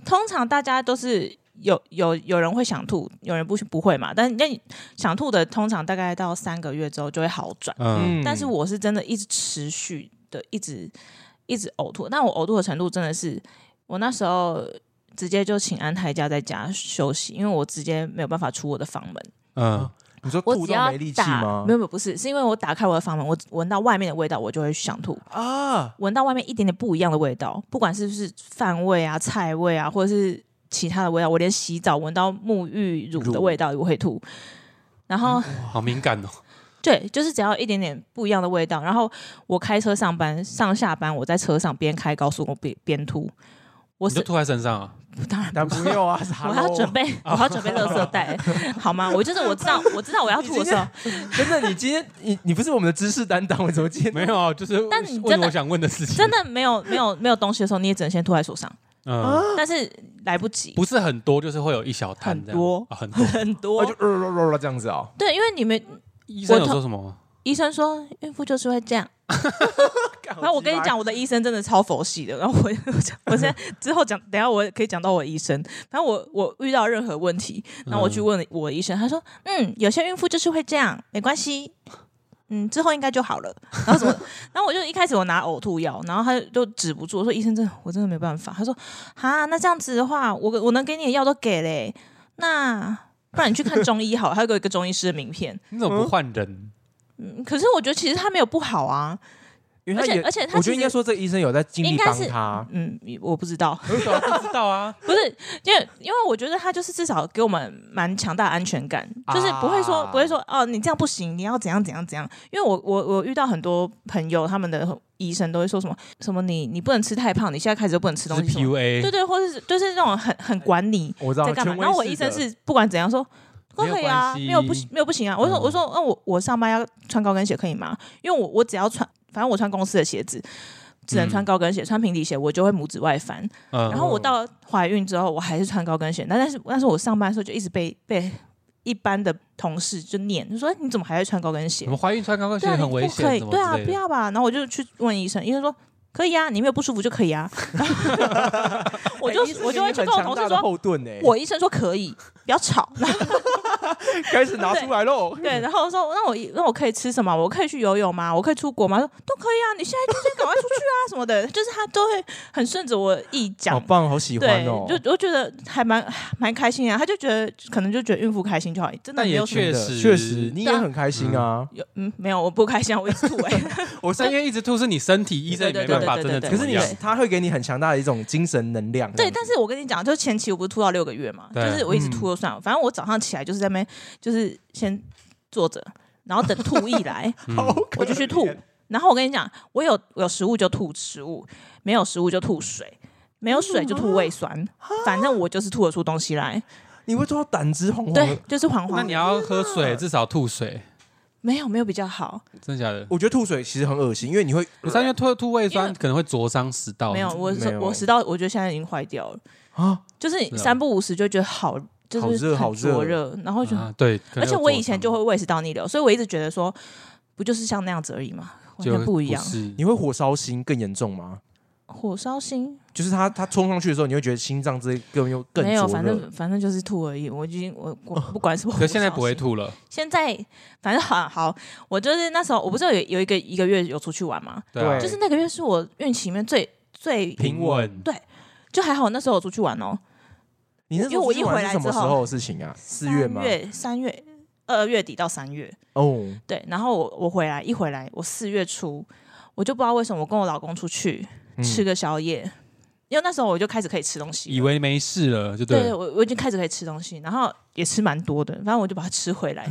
Speaker 2: 通常大家都是有有有人会想吐，有人不不会嘛。但那想吐的通常大概到三个月之后就会好转，
Speaker 1: 嗯，
Speaker 2: 但是我是真的一直持续的一直一直呕吐，但我呕吐的程度真的是我那时候。直接就请安胎假在家休息，因为我直接没有办法出我的房门。
Speaker 1: 嗯，
Speaker 3: 你说
Speaker 2: 我
Speaker 3: 吐
Speaker 2: 只
Speaker 3: 到
Speaker 2: 要
Speaker 3: 没力气
Speaker 2: 打，
Speaker 3: 吗
Speaker 2: 没？有没有，不是，是因为我打开我的房门，我闻到外面的味道，我就会想吐。
Speaker 3: 啊，
Speaker 2: 闻到外面一点点不一样的味道，不管是不是饭味啊、菜味啊，或者是其他的味道，我连洗澡闻到沐浴乳的味道我会吐。然后、
Speaker 3: 嗯
Speaker 1: 好敏感哦。
Speaker 2: 对，就是只要一点点不一样的味道。然后我开车上班、上下班，我在车上边开高速公路边边吐，我
Speaker 1: 你就是吐在身上啊？
Speaker 2: 当然
Speaker 3: 但
Speaker 2: 不
Speaker 3: 不用啊，
Speaker 2: 我要准备，我要准备垃圾 袋，好吗？我就是我知道，我知道我要吐的时候，
Speaker 3: 真的，你今天你你不是我们的知识担当，我呃怎么今天
Speaker 1: 没有啊，就是
Speaker 2: 但你真
Speaker 1: 问
Speaker 2: 的
Speaker 1: 我想问的事情，
Speaker 2: 真的没有没有没有东西的时候，你也只能先吐在 手上，
Speaker 1: 嗯，
Speaker 2: 但是来不及，
Speaker 1: 不是很多，就是会有一小摊这样
Speaker 2: 很多
Speaker 1: 啊很 多。
Speaker 2: 很多
Speaker 3: 我就。呃呃呃呃这样子哦？
Speaker 2: 对，因为你们
Speaker 1: 医生有
Speaker 2: 我
Speaker 1: 说什么吗？
Speaker 2: 医生说孕妇就是会这样，然后我跟你讲，我的医生真的超佛系的。然后我 我现在之后讲，等一下我可以讲到我的医生。反正我我遇到任何问题，然后我去问我的医生，他说：“嗯，有些孕妇就是会这样，没关系。”嗯，之后应该就好了。然后什么？然后我就一开始我拿呕吐药，然后他就止不住，我说医生真的我真的没办法。他说哈，那这样子的话，我我能给你的药都给嘞、那不然你去看中医好了，他有给我一个中医师的名片。
Speaker 1: 你怎么不换人？
Speaker 2: 嗯，可是我觉得其实他没有不好啊。
Speaker 3: 因
Speaker 2: 而
Speaker 3: 为他
Speaker 2: 且
Speaker 3: 也，
Speaker 2: 而且他
Speaker 3: 我
Speaker 2: 其
Speaker 3: 觉得应该
Speaker 2: 实
Speaker 3: 说这个医生有在尽
Speaker 2: 应
Speaker 3: 力
Speaker 2: 该
Speaker 3: 帮
Speaker 2: 是
Speaker 3: 他，
Speaker 2: 嗯，我不知道，
Speaker 1: 我怎么不知道啊？
Speaker 2: 不是因为因为我觉得他就是至少给我们蛮强大的安全感，
Speaker 3: 啊
Speaker 2: 就是不会说不会说哦你这样不行，你要怎样怎样怎样。因为我我我遇到很多朋友，他们的医生都会说什么什么你你不能吃太胖，你现在开始就不 能吃
Speaker 1: 就
Speaker 2: 东
Speaker 1: 是
Speaker 2: 西什么，对
Speaker 1: PUA，
Speaker 2: 对，或是就是那种很很管你
Speaker 3: 我知道
Speaker 2: 在干嘛。
Speaker 3: 啊权威
Speaker 2: 然后我
Speaker 3: 式
Speaker 2: 医生
Speaker 3: 的
Speaker 2: 是不管怎样说。都
Speaker 1: 没有
Speaker 2: 可以啊，
Speaker 1: 关系
Speaker 2: 没有不行，没有不行啊。我说
Speaker 1: 嗯
Speaker 2: 我说，那、我我上班要穿高跟鞋可以吗？因为我我只要穿，反正我穿公司的鞋子，只能
Speaker 1: 嗯
Speaker 2: 穿高跟鞋，穿平底鞋我就会拇指外翻。
Speaker 1: 嗯
Speaker 2: 然后我到怀孕之后，我还是穿高跟鞋，但但是但是我上班的时候就一直被被一般的同事就念，就说哎你怎么还在穿高跟鞋
Speaker 1: 我？们怀孕穿高跟鞋
Speaker 2: 对啊，你
Speaker 1: 很危
Speaker 2: 不可
Speaker 1: 险，
Speaker 2: 以，
Speaker 1: 怎么
Speaker 2: 对啊，
Speaker 1: 之类
Speaker 2: 不
Speaker 1: 的
Speaker 2: 要吧。然后我就去问医生，医生说可以啊，你没有不舒服就可以啊。 我就
Speaker 3: 哎医生
Speaker 2: 我就
Speaker 3: 给
Speaker 2: 会
Speaker 3: 你
Speaker 2: 去
Speaker 3: 很
Speaker 2: 跟我
Speaker 3: 强
Speaker 2: 同
Speaker 3: 大
Speaker 2: 事
Speaker 3: 的
Speaker 2: 说，
Speaker 3: 后盾哎，
Speaker 2: 我医生说可以，不要吵。 然后
Speaker 3: 开始拿出来喽。
Speaker 2: 对，然后说那我那我可以吃什么？我可以去游泳吗？我可以出国吗？说都可以啊，你现在就先赶快出去啊什么的， 就是他都会很顺着我意
Speaker 3: 好
Speaker 2: 讲。
Speaker 3: 棒，好喜
Speaker 2: 对
Speaker 3: 欢哦，！
Speaker 2: 就我觉得还蛮蛮开心啊，他就觉得可能就觉得孕妇开心就好，真的
Speaker 1: 但
Speaker 2: 没
Speaker 1: 也
Speaker 2: 有什么
Speaker 1: 确
Speaker 3: 真的
Speaker 1: 实
Speaker 3: 确实，你也
Speaker 2: 对啊
Speaker 3: 很开心啊。
Speaker 2: 有嗯没有，我不开心啊，我一直吐哎、
Speaker 1: 我三月一直吐是你身体，医生也没办法真的怎
Speaker 2: 对
Speaker 3: 可
Speaker 1: 么
Speaker 3: 是你
Speaker 1: 样。
Speaker 3: 他会给你很强大的一种精神能量。啊
Speaker 2: 对，但是我跟你讲，就是前期我不是吐到六个月嘛，就
Speaker 1: 对嗯
Speaker 2: 是我一直吐就算了，反正我早上起来就是在那边，就是先坐着，然后等吐意 来，我就去吐。然后我跟你讲，我有我有食物就吐食物，没有食物就吐水，没有水就吐胃酸，
Speaker 1: 啊
Speaker 2: 反正我就是吐得出东西来。
Speaker 3: 你会做到胆汁红红
Speaker 2: 对
Speaker 3: 的。，
Speaker 2: 就是黄
Speaker 1: 那
Speaker 2: 黄
Speaker 1: 你
Speaker 2: 的，
Speaker 1: 要喝水，至少吐水，
Speaker 2: 没有没有比较好，
Speaker 1: 真的假的？
Speaker 3: 我觉得吐水其实很恶心，因为你会
Speaker 1: 我三月吐吐胃
Speaker 2: 因
Speaker 1: 酸
Speaker 2: 为
Speaker 1: 可能会灼伤食道，
Speaker 2: 没有我
Speaker 3: 没有
Speaker 2: 我食道，我觉得现在已经坏掉了，
Speaker 3: 啊，
Speaker 2: 就是
Speaker 1: 啊
Speaker 2: 三不五时就觉得好，就
Speaker 3: 好
Speaker 2: 是
Speaker 3: 热好
Speaker 2: 很灼
Speaker 3: 热
Speaker 2: 热，然后就
Speaker 1: 啊，对，可能
Speaker 2: 而且
Speaker 1: 有
Speaker 2: 我
Speaker 1: 灼
Speaker 2: 以前
Speaker 1: 伤
Speaker 2: 就会胃食道逆流，所以我一直觉得说，不就是像那样子而已嘛，完
Speaker 1: 就
Speaker 2: 全不一样。
Speaker 1: 是
Speaker 3: 你会火烧心更严重吗？
Speaker 2: 火烧心
Speaker 3: 就是他他冲上去的时候，你会觉得心脏这更又更
Speaker 2: 没有，
Speaker 3: 灼
Speaker 2: 反
Speaker 3: 热
Speaker 2: 正反正就是吐而已。我已经我我
Speaker 3: 哦
Speaker 2: 不管是不，
Speaker 1: 可现在不会。吐了，
Speaker 2: 现在反正好好，我就是那时候我不是有有一个一个月有出去玩嘛，
Speaker 1: 对啊，
Speaker 2: 就是那个月是我孕期里面最最
Speaker 3: 平稳。
Speaker 2: 就还好，那时候我出去玩哦，
Speaker 3: 你那时
Speaker 2: 因为
Speaker 3: 候
Speaker 2: 我
Speaker 3: 出去
Speaker 2: 一回
Speaker 3: 玩
Speaker 2: 来
Speaker 3: 是什
Speaker 2: 之
Speaker 3: 么时
Speaker 2: 后
Speaker 3: 候的事情啊？四月吗
Speaker 2: 三？月三月二月底到三月，
Speaker 3: 哦，
Speaker 2: 对，然后我我回来一回来，我四月初我就不知道为什么我跟我老公出去
Speaker 3: 嗯
Speaker 2: 吃个宵夜，因为那时候我就开始可以吃东西了，
Speaker 1: 以为没事了，就
Speaker 2: 对
Speaker 1: 对了。
Speaker 2: 我我已经开始可以吃东西，然后也吃蛮多的，反正我就把它吃回 来。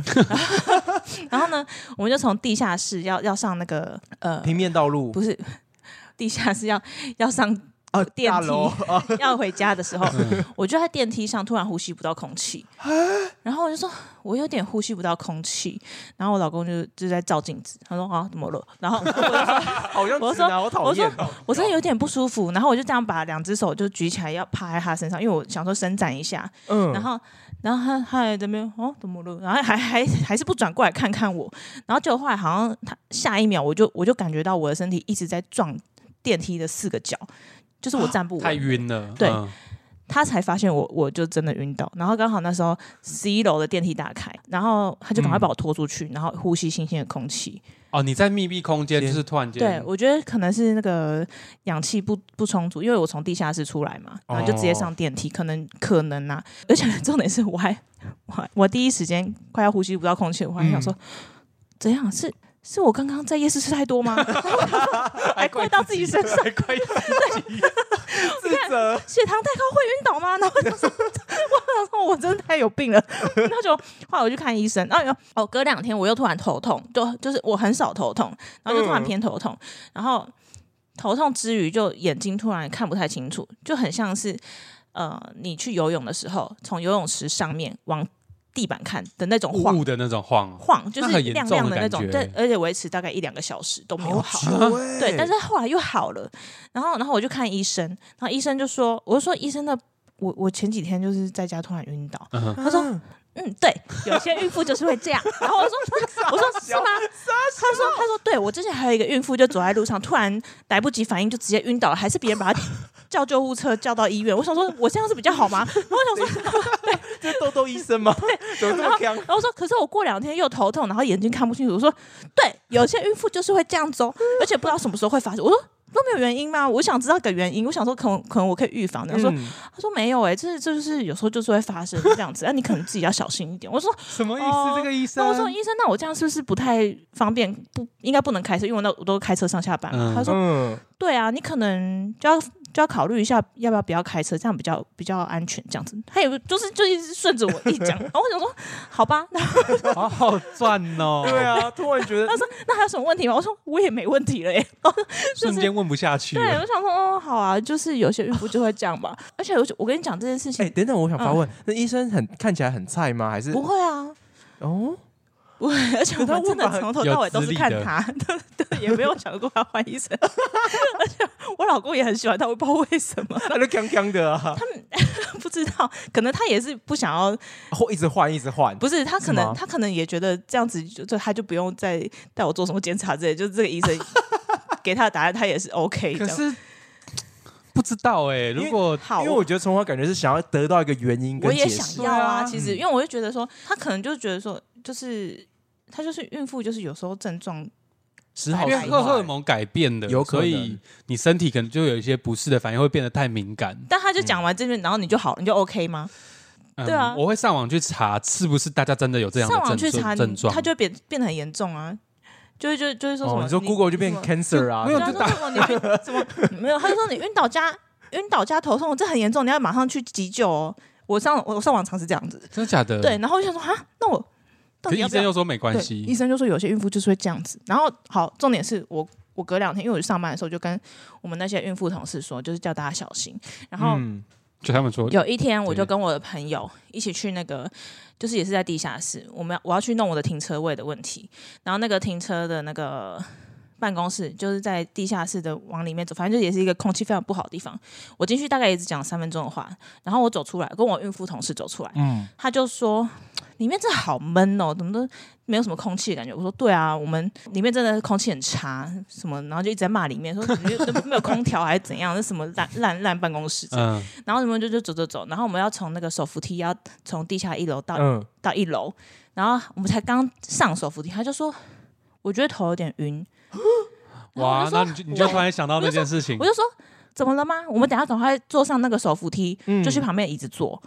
Speaker 2: 然后呢，我们就从地下室要要上那个呃，
Speaker 3: 嗯平面道路
Speaker 2: 不是地下室要要上
Speaker 3: 啊，
Speaker 2: 电
Speaker 3: 大
Speaker 2: 梯
Speaker 3: 楼啊
Speaker 2: 要回家的时候，我就在电梯上突然呼吸不到空气，然后我就说我有点呼吸不到空气，然后我老公就就在照镜子，他说啊怎么了？然后我 就说
Speaker 3: 好像
Speaker 2: 我
Speaker 3: 直男
Speaker 2: 说
Speaker 3: 好讨
Speaker 2: 我
Speaker 3: 厌
Speaker 2: 说
Speaker 3: 哦。
Speaker 2: 我真的有点不舒服，然后我就这样把两只手就举起来要趴在他身上，因为我想说伸展一下，
Speaker 3: 嗯
Speaker 2: 然后，然后他他还在那边哦，怎么了？然后还还还是不转过来看看我，然后结果后来好像他下一秒我就我就感觉到我的身体一直在撞电梯的四个角，就是我站不
Speaker 1: 太
Speaker 2: 稳。
Speaker 1: 晕了，
Speaker 2: 对
Speaker 1: 嗯
Speaker 2: 他才发现我我就真的晕倒，然后刚好那时候十一楼的电梯打开，然后他就赶快把我拖出去，然后呼吸新鲜的空气。
Speaker 1: 哦，你在密闭空间，就是突然间，
Speaker 2: 对，我觉得可能是那个氧气不不充足，因为我从地下室出来嘛，然后就直接上电梯，可能可能啊，而且重点是我还我还我第一时间快要呼吸不到空气，我还想说、怎样是。是我刚刚在夜市吃太多吗？ 然后我想说还怪到自己身上，
Speaker 1: 快
Speaker 3: 自责，
Speaker 2: 血糖太高会晕倒吗？ 然后我就说，我想说我真的太有病了。 然后就后来我去看医生，然后有哦，隔两天我又突然头痛，就就是我很少头痛，然后就突然偏头痛，然后头痛之余，就眼睛突然看不太清楚，就很像是呃，你去游泳的时候，从游泳池上面往地板看的那种
Speaker 1: 雾
Speaker 2: 晃
Speaker 1: 雾的那种晃，
Speaker 2: 晃，就
Speaker 1: 那
Speaker 2: 是
Speaker 1: 很严
Speaker 2: 亮
Speaker 1: 重
Speaker 2: 亮
Speaker 1: 的
Speaker 2: 那
Speaker 1: 感
Speaker 2: 种，
Speaker 1: 觉
Speaker 2: 对，而且维持大概一两个小时都没有好。
Speaker 3: 久欸
Speaker 2: 对，但是后来又好了。然后，然后我就看医生，然后医生就说，我就说医生的，我我前几天就是在家突然晕倒，
Speaker 1: 嗯
Speaker 3: 啊
Speaker 1: 哼
Speaker 2: 他说。嗯，对，有些孕妇就是会这样。然后我说，我说是吗？他说，他说，对我之前还有一个孕妇，就走在路上，突然来不及反应，就直接晕倒了，还是别人把她叫救护车叫到医院。我想说，我这样是比较好吗？然后我想说，
Speaker 3: 这是豆豆医生吗？ 怎么这么强？
Speaker 2: 然后我说，可是我过两天又头痛，然后眼睛看不清楚。我说，对，有些孕妇就是会这样子哦，而且不知道什么时候会发生。我说都没有原因吗？我想知道个原因。我想说，可能可能我可以预防的。他说，
Speaker 3: 嗯
Speaker 2: 他说没有哎、这这就是有时候就是会发生这样子，那、啊你可能自己要小心一点。我说，
Speaker 1: 什么意
Speaker 2: 哦
Speaker 1: 思？这个啊医生
Speaker 2: 那我说医生，那我这样是不是不太方便？不应该不能开车，因为我那我都开车上下班嘛。
Speaker 1: 嗯
Speaker 2: 他说
Speaker 3: 嗯，
Speaker 2: 对啊，你可能就要就要考虑一下要不要不要开车，这样比较比较安全。这样子，他有就是就一直顺着我一讲，然后我想说好吧，那
Speaker 1: 好好赚 哦，
Speaker 3: 对，啊，突然觉得
Speaker 2: 那还有什么问题吗？我说我也没问题了耶。就是
Speaker 1: 瞬间问不下去
Speaker 2: 对，
Speaker 1: 了。
Speaker 2: 我想说哦好啊，就是有些孕妇就会这样 吧。而且我就我跟你讲这件事
Speaker 3: 哎、
Speaker 2: 情、
Speaker 3: 等等，我想发问，那医生很看起来很菜吗？还是
Speaker 2: 嗯不会啊，
Speaker 3: 哦？
Speaker 2: 不会，而且我
Speaker 3: 可他
Speaker 2: 们真
Speaker 3: 问
Speaker 2: 的
Speaker 3: 法
Speaker 2: 从头
Speaker 1: 有
Speaker 2: 到尾都
Speaker 1: 资
Speaker 2: 是
Speaker 1: 历
Speaker 2: 看
Speaker 1: 的
Speaker 2: 他，对 对，也没有想过要换医生。而 且我老公也很喜欢他，我不知道为什么，
Speaker 3: 他就刚刚的啊，
Speaker 2: 不知道，可能他也是不想要，
Speaker 3: 会一直换，一直换。
Speaker 2: 不是他可
Speaker 3: 吗
Speaker 2: 能他可能也觉得这样子就就他就不用再带我做什么检查之类，就是这个医 生给他的答案他也是 OK 这
Speaker 1: 可
Speaker 2: 样。
Speaker 1: 是不知道哎，如果
Speaker 2: 好，
Speaker 3: 因为我觉得从我感觉是想要得到一个原因
Speaker 2: 我
Speaker 3: 跟
Speaker 2: 也
Speaker 3: 解
Speaker 2: 想
Speaker 3: 释，
Speaker 2: 要啊，
Speaker 1: 对啊
Speaker 2: 其实因为我就觉得说，他可能就觉得说，就是他就是孕妇，就是有时候症状
Speaker 3: 十好
Speaker 1: 因为
Speaker 3: 十
Speaker 1: 荷荷尔
Speaker 3: 坏
Speaker 1: 蒙改变的，
Speaker 3: 有可
Speaker 1: 所
Speaker 3: 能
Speaker 1: 以你身体可能就有一些不适的反应，会变得太敏感。
Speaker 2: 但他就讲完这边，然后你就好，你就 OK 吗？
Speaker 1: 嗯
Speaker 2: 对啊
Speaker 1: 我会上网去查是不是大家真的有这样的
Speaker 2: 上网
Speaker 1: 症
Speaker 2: 去查
Speaker 1: 状
Speaker 2: 你，
Speaker 1: 症状，
Speaker 2: 他就会变变得很严重啊，就会就就是说什
Speaker 3: 哦
Speaker 2: 么，
Speaker 3: 你说 Google 就变
Speaker 2: 什么
Speaker 3: cancer 啊
Speaker 1: 没，有
Speaker 2: 对啊，
Speaker 1: 就
Speaker 2: 他说什么你晕 什么没有，他就说你晕倒加晕倒加头痛，这很严重，你要马上去急救哦。我上我上网查是这样子，
Speaker 1: 真的假的？
Speaker 2: 对，，然后我就想说啊，那我
Speaker 1: 可
Speaker 2: 到
Speaker 1: 是
Speaker 2: 底
Speaker 1: 医
Speaker 2: 要不
Speaker 1: 生
Speaker 2: 要？
Speaker 1: 又说没关
Speaker 2: 对，
Speaker 1: 系
Speaker 2: 医，生就说有些孕妇就是会这样子。然后好，重点是我我隔两天，因为我去上班的时候就跟我们那些孕妇同事说，就是叫大家小心。然后
Speaker 3: 嗯，
Speaker 1: 就他们说
Speaker 2: 有一天，我
Speaker 1: 对
Speaker 2: 就跟我的朋友一起去那个，就是也是在地下室，我们要我要去弄我的停车位的问题。然后那个停车的那个办公室就是在地下室的往里面走，反正就也是一个空气非常不好的地方。我进去大概也只讲三分钟的话，然后我走出来，跟我孕妇同事走出来，
Speaker 3: 嗯
Speaker 2: 他就说里面真的好闷哦，怎么都没有什么空气的感觉。我说对啊，我们里面真的空气很差，什么，然后就一直在骂里面说你们都没有空调还是怎样，是什么烂烂烂办公室之类的
Speaker 1: 嗯，
Speaker 2: 然后我们就就走走走，然后我们要从那个手扶梯要从地下一楼到、
Speaker 3: 嗯，
Speaker 2: 到一楼，然后我们才刚上手扶梯，他就说我觉得头有点晕，然后我
Speaker 1: 哇，
Speaker 2: 就说
Speaker 1: 那你就你就突然想到那件事
Speaker 3: 嗯
Speaker 1: 情
Speaker 2: 我，就说怎么了吗？我们等一下赶快坐上那个手扶梯，
Speaker 3: 嗯
Speaker 2: 就去旁边的椅子坐。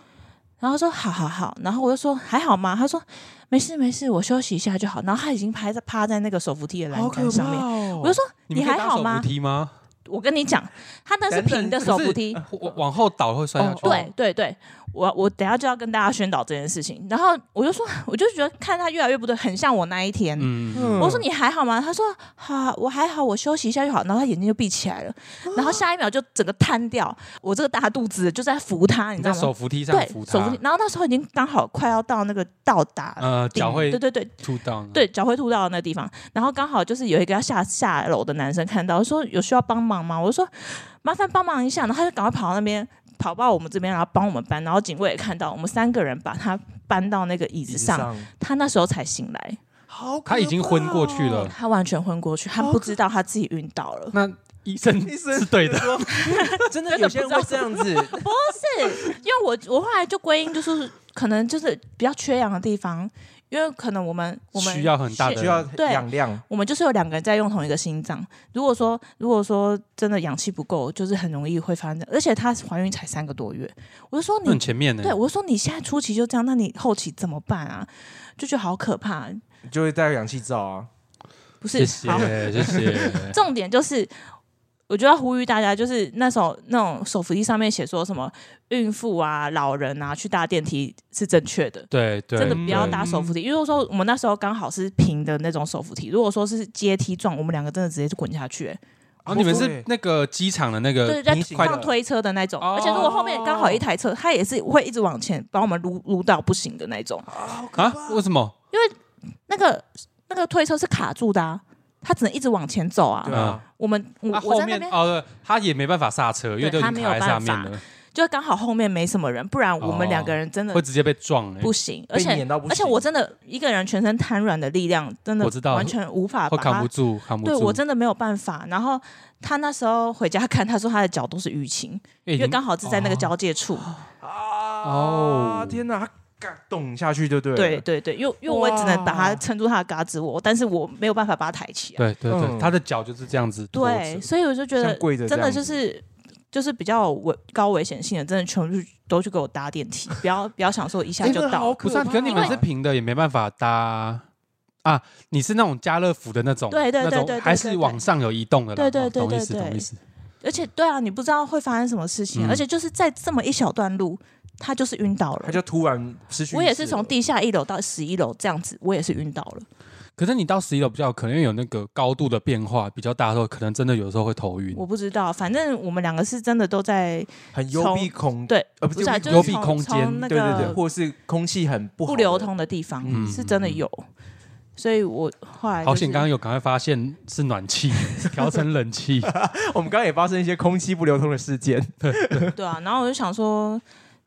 Speaker 2: 然后他说好好好，然后我就说还好吗？他说没事没事，我休息一下就好。然后他已经趴在趴在那个手扶梯的栏杆上面，
Speaker 3: 哦
Speaker 2: 我就说
Speaker 1: 你们可以
Speaker 2: 还
Speaker 1: 搭
Speaker 2: 好吗
Speaker 1: 手扶？梯吗？
Speaker 2: 我跟你讲，他那是
Speaker 3: 等等
Speaker 2: 平的
Speaker 3: 可
Speaker 2: 手
Speaker 1: 是呃
Speaker 2: 扶梯，
Speaker 1: 往往后倒会摔下去，
Speaker 2: 哦对对对，我我等一下就要跟大家宣导这件事情。然后我就说，我就觉得看他越来越不对，很像我那一天。
Speaker 1: 嗯，嗯，
Speaker 3: 嗯
Speaker 2: 我说你还好吗？他说好，我还好，我休息一下就好。然后他眼睛就闭起来了，然后下一秒就整个瘫掉。我这个大肚子就在扶他，你
Speaker 1: 你
Speaker 2: 知
Speaker 1: 在
Speaker 2: 道吗
Speaker 1: 手？扶梯上
Speaker 2: 对，
Speaker 1: 扶
Speaker 2: 手扶
Speaker 1: 他
Speaker 2: 梯，。然后那时候已经刚好快要到那个到达
Speaker 1: 呃，
Speaker 2: 顶
Speaker 1: 脚会啊
Speaker 2: 对对对
Speaker 1: 凸到，
Speaker 2: 对，脚会吐到的那个地方。然后刚好就是有一个要下下楼的男生看到，说有需要帮忙吗？我就说麻烦帮忙一下，然后他就赶快跑到那边，跑到我们这边，然后帮我们搬。然后警卫也看到，我们三个人把他搬到那个椅
Speaker 3: 椅
Speaker 2: 子上，，
Speaker 3: 嗯
Speaker 2: 他那时候才醒来，
Speaker 3: 好，
Speaker 1: 他已经昏过去了。
Speaker 2: 他完全昏过去，
Speaker 1: 哦
Speaker 2: 他不知道他自己晕倒了。
Speaker 1: 那 医生
Speaker 3: 医生
Speaker 1: 是对的，
Speaker 3: 说，真的
Speaker 2: 真的
Speaker 3: 有些人
Speaker 2: 不知道
Speaker 3: 会这样子，
Speaker 2: 不是，因为我我后来就归因就是可能就是比较缺氧的地方，因为可能我们我们
Speaker 1: 需要很大的
Speaker 2: 是
Speaker 3: 需要
Speaker 2: 对
Speaker 3: 养量，
Speaker 2: 我们就是有两个人在用同一个心脏。如果说如果说真的氧气不够，就是很容易会发生这样。而且她怀孕才三个多月，我就说
Speaker 1: 那很
Speaker 2: 你
Speaker 1: 前面呢，
Speaker 2: 对我就说你现在初期就这样，那你后期怎么办啊？就觉得好可怕。
Speaker 3: 就会带氧气罩啊。
Speaker 2: 不是
Speaker 1: 谢，谢
Speaker 2: 好，。
Speaker 1: 谢谢
Speaker 2: 重点就是。我就要呼吁大家，就是那时候那种手扶梯上面写说什么孕妇啊、老人啊去搭电梯是正确的，
Speaker 1: 对对，
Speaker 2: 真的不要
Speaker 1: 对
Speaker 2: 搭手扶梯。因为说我们那时候刚好是平的那种手扶梯，如果说是阶梯状，我们两个真的直接就滚下去、欸
Speaker 1: 然后啊你们是
Speaker 3: 对
Speaker 1: 那个机场的那
Speaker 2: 就是
Speaker 1: 个
Speaker 2: 在
Speaker 3: 平行
Speaker 1: 呃的
Speaker 2: 放推车的那种，
Speaker 1: 哦
Speaker 2: 而且如果后面刚好一台车，它也是会一直往前把我们撸撸到不行的那种。
Speaker 1: 啊？为什么？
Speaker 2: 那个那个推车是卡住的、啊，它只能一直往前走啊
Speaker 3: 对。啊，
Speaker 2: 我们嗯我、
Speaker 1: 啊，
Speaker 2: 我
Speaker 1: 后
Speaker 2: 在那
Speaker 1: 面
Speaker 2: 边、
Speaker 1: 哦，对，他也没办法刹车，因为
Speaker 2: 对
Speaker 1: 都已
Speaker 2: 他
Speaker 1: 经
Speaker 2: 没有
Speaker 1: 卡在下
Speaker 2: 办
Speaker 1: 面
Speaker 2: 法
Speaker 1: 了，
Speaker 2: 就刚好后面没什么人，不然我们
Speaker 1: 哦
Speaker 2: 两个人真的
Speaker 1: 会直接被撞欸。
Speaker 2: 不行，而
Speaker 3: 被
Speaker 2: 且
Speaker 3: 碾到不行，
Speaker 2: 而且我真的一个人全身瘫软的力量，真的
Speaker 1: 我知道
Speaker 2: 完全无法
Speaker 1: 会
Speaker 2: 把
Speaker 1: 扛
Speaker 2: 它
Speaker 1: 不。住，扛不
Speaker 2: 对
Speaker 1: 住。
Speaker 2: 我真的没有办法。然后他那时候回家看，他说他的脚都是淤青，
Speaker 1: 因
Speaker 2: 因为刚好是在那个交界处。
Speaker 3: 啊
Speaker 1: 哦
Speaker 3: 天哪，他敢动下去就对了
Speaker 2: 对对对，因为因为我也只能把它撑住他的嘎吱窝，但是我没有办法把它抬起来。
Speaker 1: 对对对，
Speaker 3: 嗯
Speaker 1: 他的脚就是这样子拖
Speaker 2: 对，
Speaker 1: 着。
Speaker 2: 所以我就觉得
Speaker 3: 像跪着这
Speaker 2: 真的
Speaker 3: 样
Speaker 2: 就
Speaker 3: 子
Speaker 2: 是就是比较有危高危险性的，真的全部都去给我搭电梯，不要不要想说一下
Speaker 3: 哎
Speaker 2: 就
Speaker 3: 那
Speaker 2: 到
Speaker 3: 好
Speaker 2: 了。
Speaker 1: 不是啊，
Speaker 3: 可怕
Speaker 1: 可你们
Speaker 3: 因
Speaker 1: 是
Speaker 3: 为
Speaker 1: 平的，也没办法搭啊。你是那种家乐福的那种，
Speaker 2: 对对对
Speaker 1: 那种
Speaker 2: 对对
Speaker 1: 还是往上有移动的啦。
Speaker 2: 对对
Speaker 1: 哦
Speaker 2: 对
Speaker 1: 懂意
Speaker 2: 对
Speaker 1: 思，
Speaker 2: 对
Speaker 1: 懂意思。
Speaker 2: 而且对啊，你不知道会发生什么事情，
Speaker 1: 嗯
Speaker 2: 而且就是在这么一小段路，他就是晕倒了
Speaker 3: 他。就突然失去意识了。
Speaker 2: 我也是从地下一楼到十一楼这样子，我也是晕倒了。
Speaker 1: 可是你到十一楼比较有可能因为有那个高度的变化比较大的时候，可能真的有时候会头
Speaker 3: 嗯
Speaker 1: 晕。
Speaker 2: 我不知道，反正我们两个是真的都在
Speaker 3: 很幽闭空，
Speaker 2: 对，
Speaker 3: 呃
Speaker 2: 不
Speaker 3: 不
Speaker 2: 是、啊、
Speaker 3: 幽闭
Speaker 2: 就
Speaker 1: 幽
Speaker 2: 是
Speaker 1: 闭
Speaker 2: 从
Speaker 1: 空间
Speaker 2: 从那
Speaker 3: 对对对，
Speaker 2: 个
Speaker 3: 或者是空气很不好
Speaker 2: 不
Speaker 3: 的
Speaker 2: 流，通的地方，
Speaker 1: 嗯
Speaker 2: 是真的有。所以我后来、就是、
Speaker 1: 好险，刚刚有赶快发现是暖 气调成冷气，
Speaker 3: 我们刚刚也发生一些空气不流通的事件。
Speaker 2: 对啊，然后我就想说，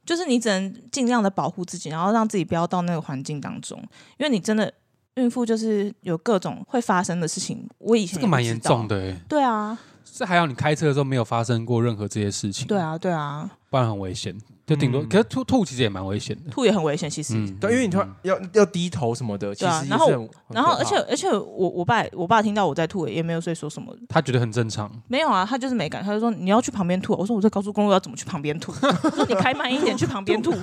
Speaker 2: 就是你只能尽量的保护自己，然后让自己不要到那个环境当中，因为你真的孕妇就是有各种会发生的事情。我以前
Speaker 1: 这
Speaker 2: 也
Speaker 1: 个蛮
Speaker 2: 不知
Speaker 1: 严
Speaker 2: 道
Speaker 1: 重，的欸。
Speaker 2: 对啊，
Speaker 1: 这还好你开车的时候没有发生过任何这些事情，
Speaker 2: 对，啊，对啊，
Speaker 1: 不然很危险。就顶多，
Speaker 3: 嗯
Speaker 1: 可是吐吐其实也蛮危险的。
Speaker 2: 吐也很危险，其实。
Speaker 1: 嗯，
Speaker 3: 对，因为你突然要要低头什么的，其
Speaker 2: 对啊
Speaker 3: 实也
Speaker 2: 然后
Speaker 3: 是很
Speaker 2: 然后，
Speaker 3: 很
Speaker 2: 而
Speaker 3: 可
Speaker 2: 且
Speaker 3: 怕
Speaker 2: 而且我，我爸我爸听到我在吐，也没有说说什么，
Speaker 1: 嗯他觉得很正常。
Speaker 2: 没有啊，他就是没敢，他就说你要去旁边吐啊。我说我在高速公路要怎么去旁边吐？ 我说你开慢一点去旁边吐。 我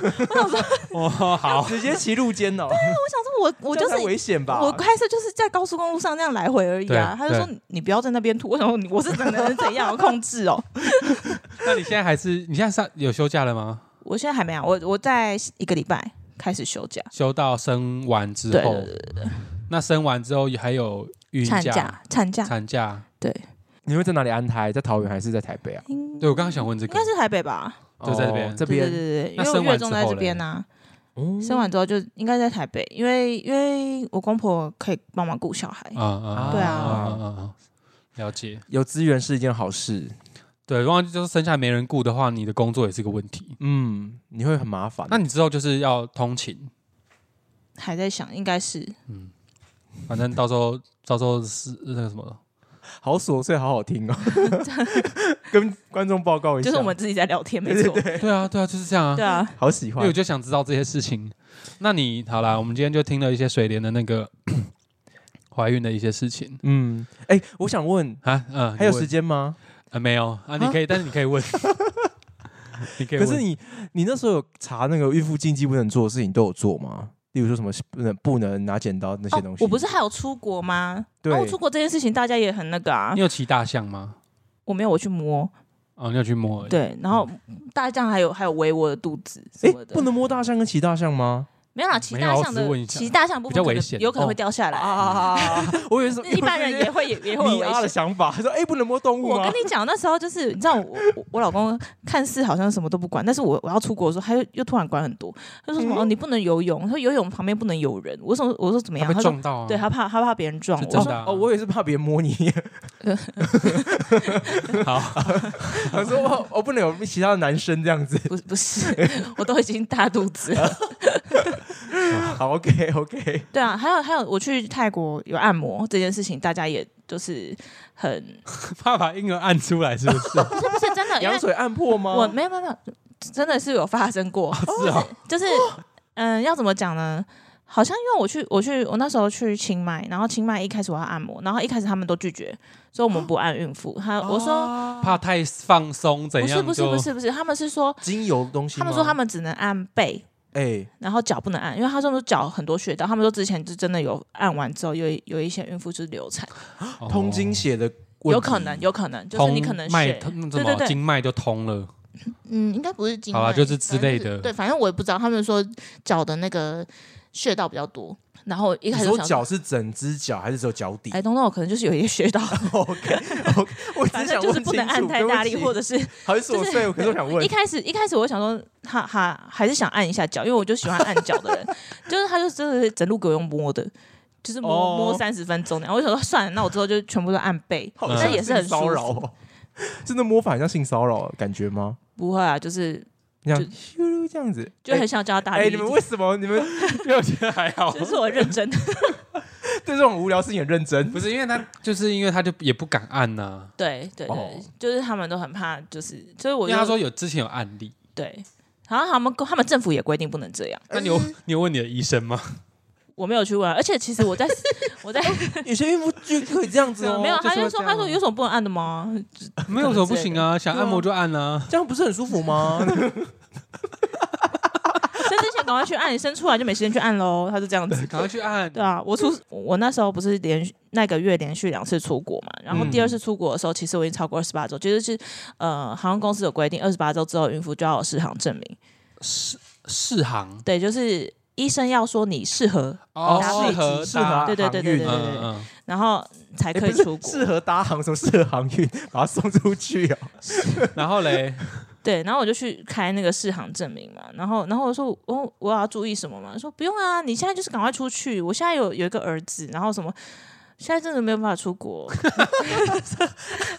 Speaker 2: 想
Speaker 1: 哦，好，
Speaker 3: 直接骑路肩哦，
Speaker 2: 说我我
Speaker 3: 这
Speaker 2: 就
Speaker 3: 样才
Speaker 2: 是
Speaker 3: 危险吧？
Speaker 2: 我开车就是在高速公路上那样来回而已啊。
Speaker 1: 对
Speaker 2: 他就说你不要在那边吐，我 想说你我是真的能怎样控制哦？
Speaker 1: 那你现在还是你现在上有休假了吗？
Speaker 2: 我现在还没啊，我我在一个礼拜开始休假，
Speaker 1: 休到生完之
Speaker 2: 对
Speaker 1: 后，
Speaker 2: 对对
Speaker 1: 那生完之后还有孕
Speaker 2: 产
Speaker 1: 假、
Speaker 2: 假产假，
Speaker 1: 产假。
Speaker 2: 对，
Speaker 3: 你会在哪里安胎？在桃园还是在台北啊？
Speaker 2: 应
Speaker 1: 对我刚刚想问这
Speaker 2: 应
Speaker 1: 个
Speaker 2: 该，是台北吧？
Speaker 1: 就在这边
Speaker 3: 哦这
Speaker 2: 对对
Speaker 3: 边
Speaker 2: 对对，因
Speaker 1: 那
Speaker 2: 为我
Speaker 1: 生完
Speaker 2: 月中在
Speaker 1: 之后
Speaker 2: 这
Speaker 1: 嘞
Speaker 2: 边呐，
Speaker 3: 哦
Speaker 2: 生完之后就应该在台北，因为因为我公婆可以帮忙顾小孩。
Speaker 1: 啊啊，
Speaker 2: 对啊
Speaker 1: 啊啊，了解。
Speaker 3: 有资源是一件好事。
Speaker 1: 对，然后就是生下来没人顾的话，你的工作也是个问题。
Speaker 3: 嗯，你会很麻烦。
Speaker 1: 那你之后就是要通勤，
Speaker 2: 还在想，应该是
Speaker 1: 反正到时候到时候是那个什么，
Speaker 3: 好琐碎，好 好听哦。 跟观众报告一下，
Speaker 2: 就是我们自己在聊天，没错，
Speaker 1: 对啊对啊，就是这样啊
Speaker 2: 对。啊，
Speaker 3: 好喜
Speaker 1: 因为
Speaker 3: 欢
Speaker 1: 我。就想知道这些事情。那你好啦，我们今天就听了一些水莲的那个怀孕的一些事情
Speaker 3: 嗯，哎，我想问，
Speaker 1: 啊，嗯，
Speaker 3: 还有
Speaker 1: 你问
Speaker 3: 时间吗？
Speaker 1: 啊？没有啊？你可以，但是你可以 问，你可以
Speaker 3: 可
Speaker 1: 问。
Speaker 3: 是你，你那时候有查那个孕妇禁忌不能做的事情，都有做吗？例如说什么不能不能拿剪刀那些东
Speaker 2: 哦
Speaker 3: 西？
Speaker 2: 我不是还有出国吗？啊
Speaker 3: 对
Speaker 2: 然后出国这件事情大家也很那个啊
Speaker 1: 你，有骑大象吗？
Speaker 2: 我没有我去摸，
Speaker 1: 哦，你有去摸而已？
Speaker 2: 对，然后大象还有还有围我的肚子什
Speaker 3: 哎
Speaker 2: 么，的，
Speaker 3: 不能摸大象跟骑大象吗？
Speaker 2: 没有啦，骑
Speaker 1: 没有
Speaker 2: 大
Speaker 1: 啊
Speaker 2: 象
Speaker 1: 我只是问一
Speaker 2: 的
Speaker 1: 下
Speaker 2: 骑大象部
Speaker 1: 比较
Speaker 2: 分可
Speaker 1: 危
Speaker 2: 能
Speaker 1: 险
Speaker 2: 有可
Speaker 1: 哦
Speaker 2: 能会掉下来，
Speaker 3: 啊！ 我以为是
Speaker 2: 一般人也会也也会有
Speaker 3: 你啊的
Speaker 2: 危险。
Speaker 3: 想法，说哎、不能摸动物
Speaker 2: 我
Speaker 3: 吗
Speaker 2: 跟？你讲，那时候就是你知道我我我老公看似好像什么都不管，但是我我要出国的时候，他又又突然管很多，他说什么、哦你不能游泳，他说游泳旁边不能有人，我说我说怎么
Speaker 1: 他
Speaker 2: 样，
Speaker 1: 被
Speaker 2: 他说
Speaker 1: 撞到啊？
Speaker 2: 对他怕他怕别人撞
Speaker 1: 是
Speaker 2: 我，
Speaker 1: 真
Speaker 2: 说
Speaker 1: 的啊
Speaker 3: 哦，我以为是怕别人 摸你。
Speaker 1: 好，
Speaker 3: 我说我我不能有其他的男生这样子。
Speaker 2: 不是不是，我都已经大肚子了。
Speaker 3: 好，OK OK，
Speaker 2: 对啊，还有还有，我去泰国有按摩这件事情，大家也就是很
Speaker 1: 怕把婴儿按出来是不是？
Speaker 2: 不是不是真的，因为
Speaker 3: 羊水按破吗？
Speaker 2: 我没有没有没有，真的是有发生 过，
Speaker 1: 是啊，
Speaker 2: 就是嗯、要怎么讲呢？好像因为我去我去我那时候去清迈，然后清迈一开始我要按摩，然后一开始他们都拒绝，说我们不按孕妇。他
Speaker 3: 哦
Speaker 2: 我说、
Speaker 1: 怕太放松怎
Speaker 2: 啊不是
Speaker 1: 样？
Speaker 2: 不是不，是不是，他们是说
Speaker 3: 精油的东西
Speaker 2: 他
Speaker 3: 吗，
Speaker 2: 们说他们只能按背，
Speaker 3: 哎、
Speaker 2: 然后脚不能按，因为他说脚很多穴道，他们说之前就真的有按完之后，有一有一些孕妇就是流产，
Speaker 1: 哦
Speaker 3: 通经血的问题
Speaker 2: 有可能，有可能，就是
Speaker 1: 通
Speaker 2: 你可能
Speaker 1: 脉
Speaker 2: 血，
Speaker 1: 通什
Speaker 2: 对对
Speaker 1: 么
Speaker 2: 对，
Speaker 1: 经脉就通了，
Speaker 2: 嗯，应该不是经脉，
Speaker 1: 好啦就是之
Speaker 2: 反正
Speaker 1: 类的
Speaker 2: 对，反正我也不知道，他们说脚的那个穴道比较多。然后一
Speaker 3: 你
Speaker 2: 开始就
Speaker 3: 说
Speaker 2: 想
Speaker 3: 脚是整只脚还是只有脚底
Speaker 2: 哎，don't know，可能就是有一些穴 道，
Speaker 3: ？OK OK，我只
Speaker 2: 反
Speaker 3: 想
Speaker 2: 正就
Speaker 3: 问
Speaker 2: 是不能
Speaker 3: 清楚
Speaker 2: 按太大力，或
Speaker 3: 者
Speaker 2: 者是
Speaker 3: 好意思
Speaker 2: 就
Speaker 3: 我
Speaker 2: 是
Speaker 3: 睡，可是我想 问
Speaker 2: 一，开始一开始我想说，哈哈，还是想按一下脚，因为我就喜欢按脚 的人，就是他就真的是整路给我用摸的，就是摸、
Speaker 3: 哦
Speaker 2: 摸三十分钟那样。我就想说算了，那我之后就全部都按背，
Speaker 3: 好
Speaker 1: 那
Speaker 3: 像
Speaker 2: 也是很
Speaker 3: 性骚
Speaker 2: 舒
Speaker 3: 扰哦。真的摸法很像性骚扰感觉吗？
Speaker 2: 不会啊，就是
Speaker 3: 你像
Speaker 2: 就
Speaker 3: 咻噜这样子，
Speaker 2: 就很想叫他大
Speaker 3: 哎、
Speaker 2: 力一
Speaker 3: 你
Speaker 2: 点。
Speaker 3: 们为什么你 们
Speaker 1: 我觉得还好
Speaker 2: 这是我认真的，
Speaker 3: 对这种无聊事情很认真？
Speaker 1: 不是因为他，就是因为他就也不敢按呐、
Speaker 2: 对对对，
Speaker 3: 哦
Speaker 2: 就是他们都很怕，就是所以我
Speaker 1: 因为
Speaker 2: 就
Speaker 1: 他说有之前有案例，
Speaker 2: 对，然后他们他们政府也规定不能这样，
Speaker 1: 那你有你有问你的医生 吗？
Speaker 2: 我没有去问啊，而且其实我在我在
Speaker 3: 有些孕妇就可以这样子 哦，
Speaker 2: 没有，他
Speaker 3: 是
Speaker 2: 就
Speaker 3: 会
Speaker 2: 说
Speaker 3: 这
Speaker 2: 他
Speaker 3: 样
Speaker 2: 说有什么不能按的吗？
Speaker 1: 没有什么不行啊，想
Speaker 3: 对啊
Speaker 1: 按摩就按啊。
Speaker 3: 这样不是很舒服吗？
Speaker 2: 生之前赶快去按，生出来就没时间去按喽，他就这样子。
Speaker 1: 赶快去按，
Speaker 2: 对啊，我出我我那时候不是连续那个月连续两次出国嘛，然后第
Speaker 3: 嗯
Speaker 2: 二次出国的时候，其实我已经超过二十八周，就是是呃，航空公司有规定，二十八周之后孕妇就要有适航证明，
Speaker 1: 试航
Speaker 2: 对，就是医生要说你适合，
Speaker 1: 哦，
Speaker 2: 搭配
Speaker 1: 适合
Speaker 3: 适合
Speaker 1: 搭
Speaker 2: 对对对对对对
Speaker 1: 嗯
Speaker 2: 对，
Speaker 1: 嗯，
Speaker 2: 然后才
Speaker 3: 哎
Speaker 2: 可以
Speaker 3: 不是
Speaker 2: 出国，
Speaker 3: 适合搭航什么适合航运，把它送出去哦。
Speaker 1: 嗯然后嘞，
Speaker 2: 对，然后我就去开那个适航证明嘛，然后然后我说我我要注意什么嘛，他说不用啊，你现在就是赶快出去，我现在有有一个儿子，然后什么。现在真的没有办法出国，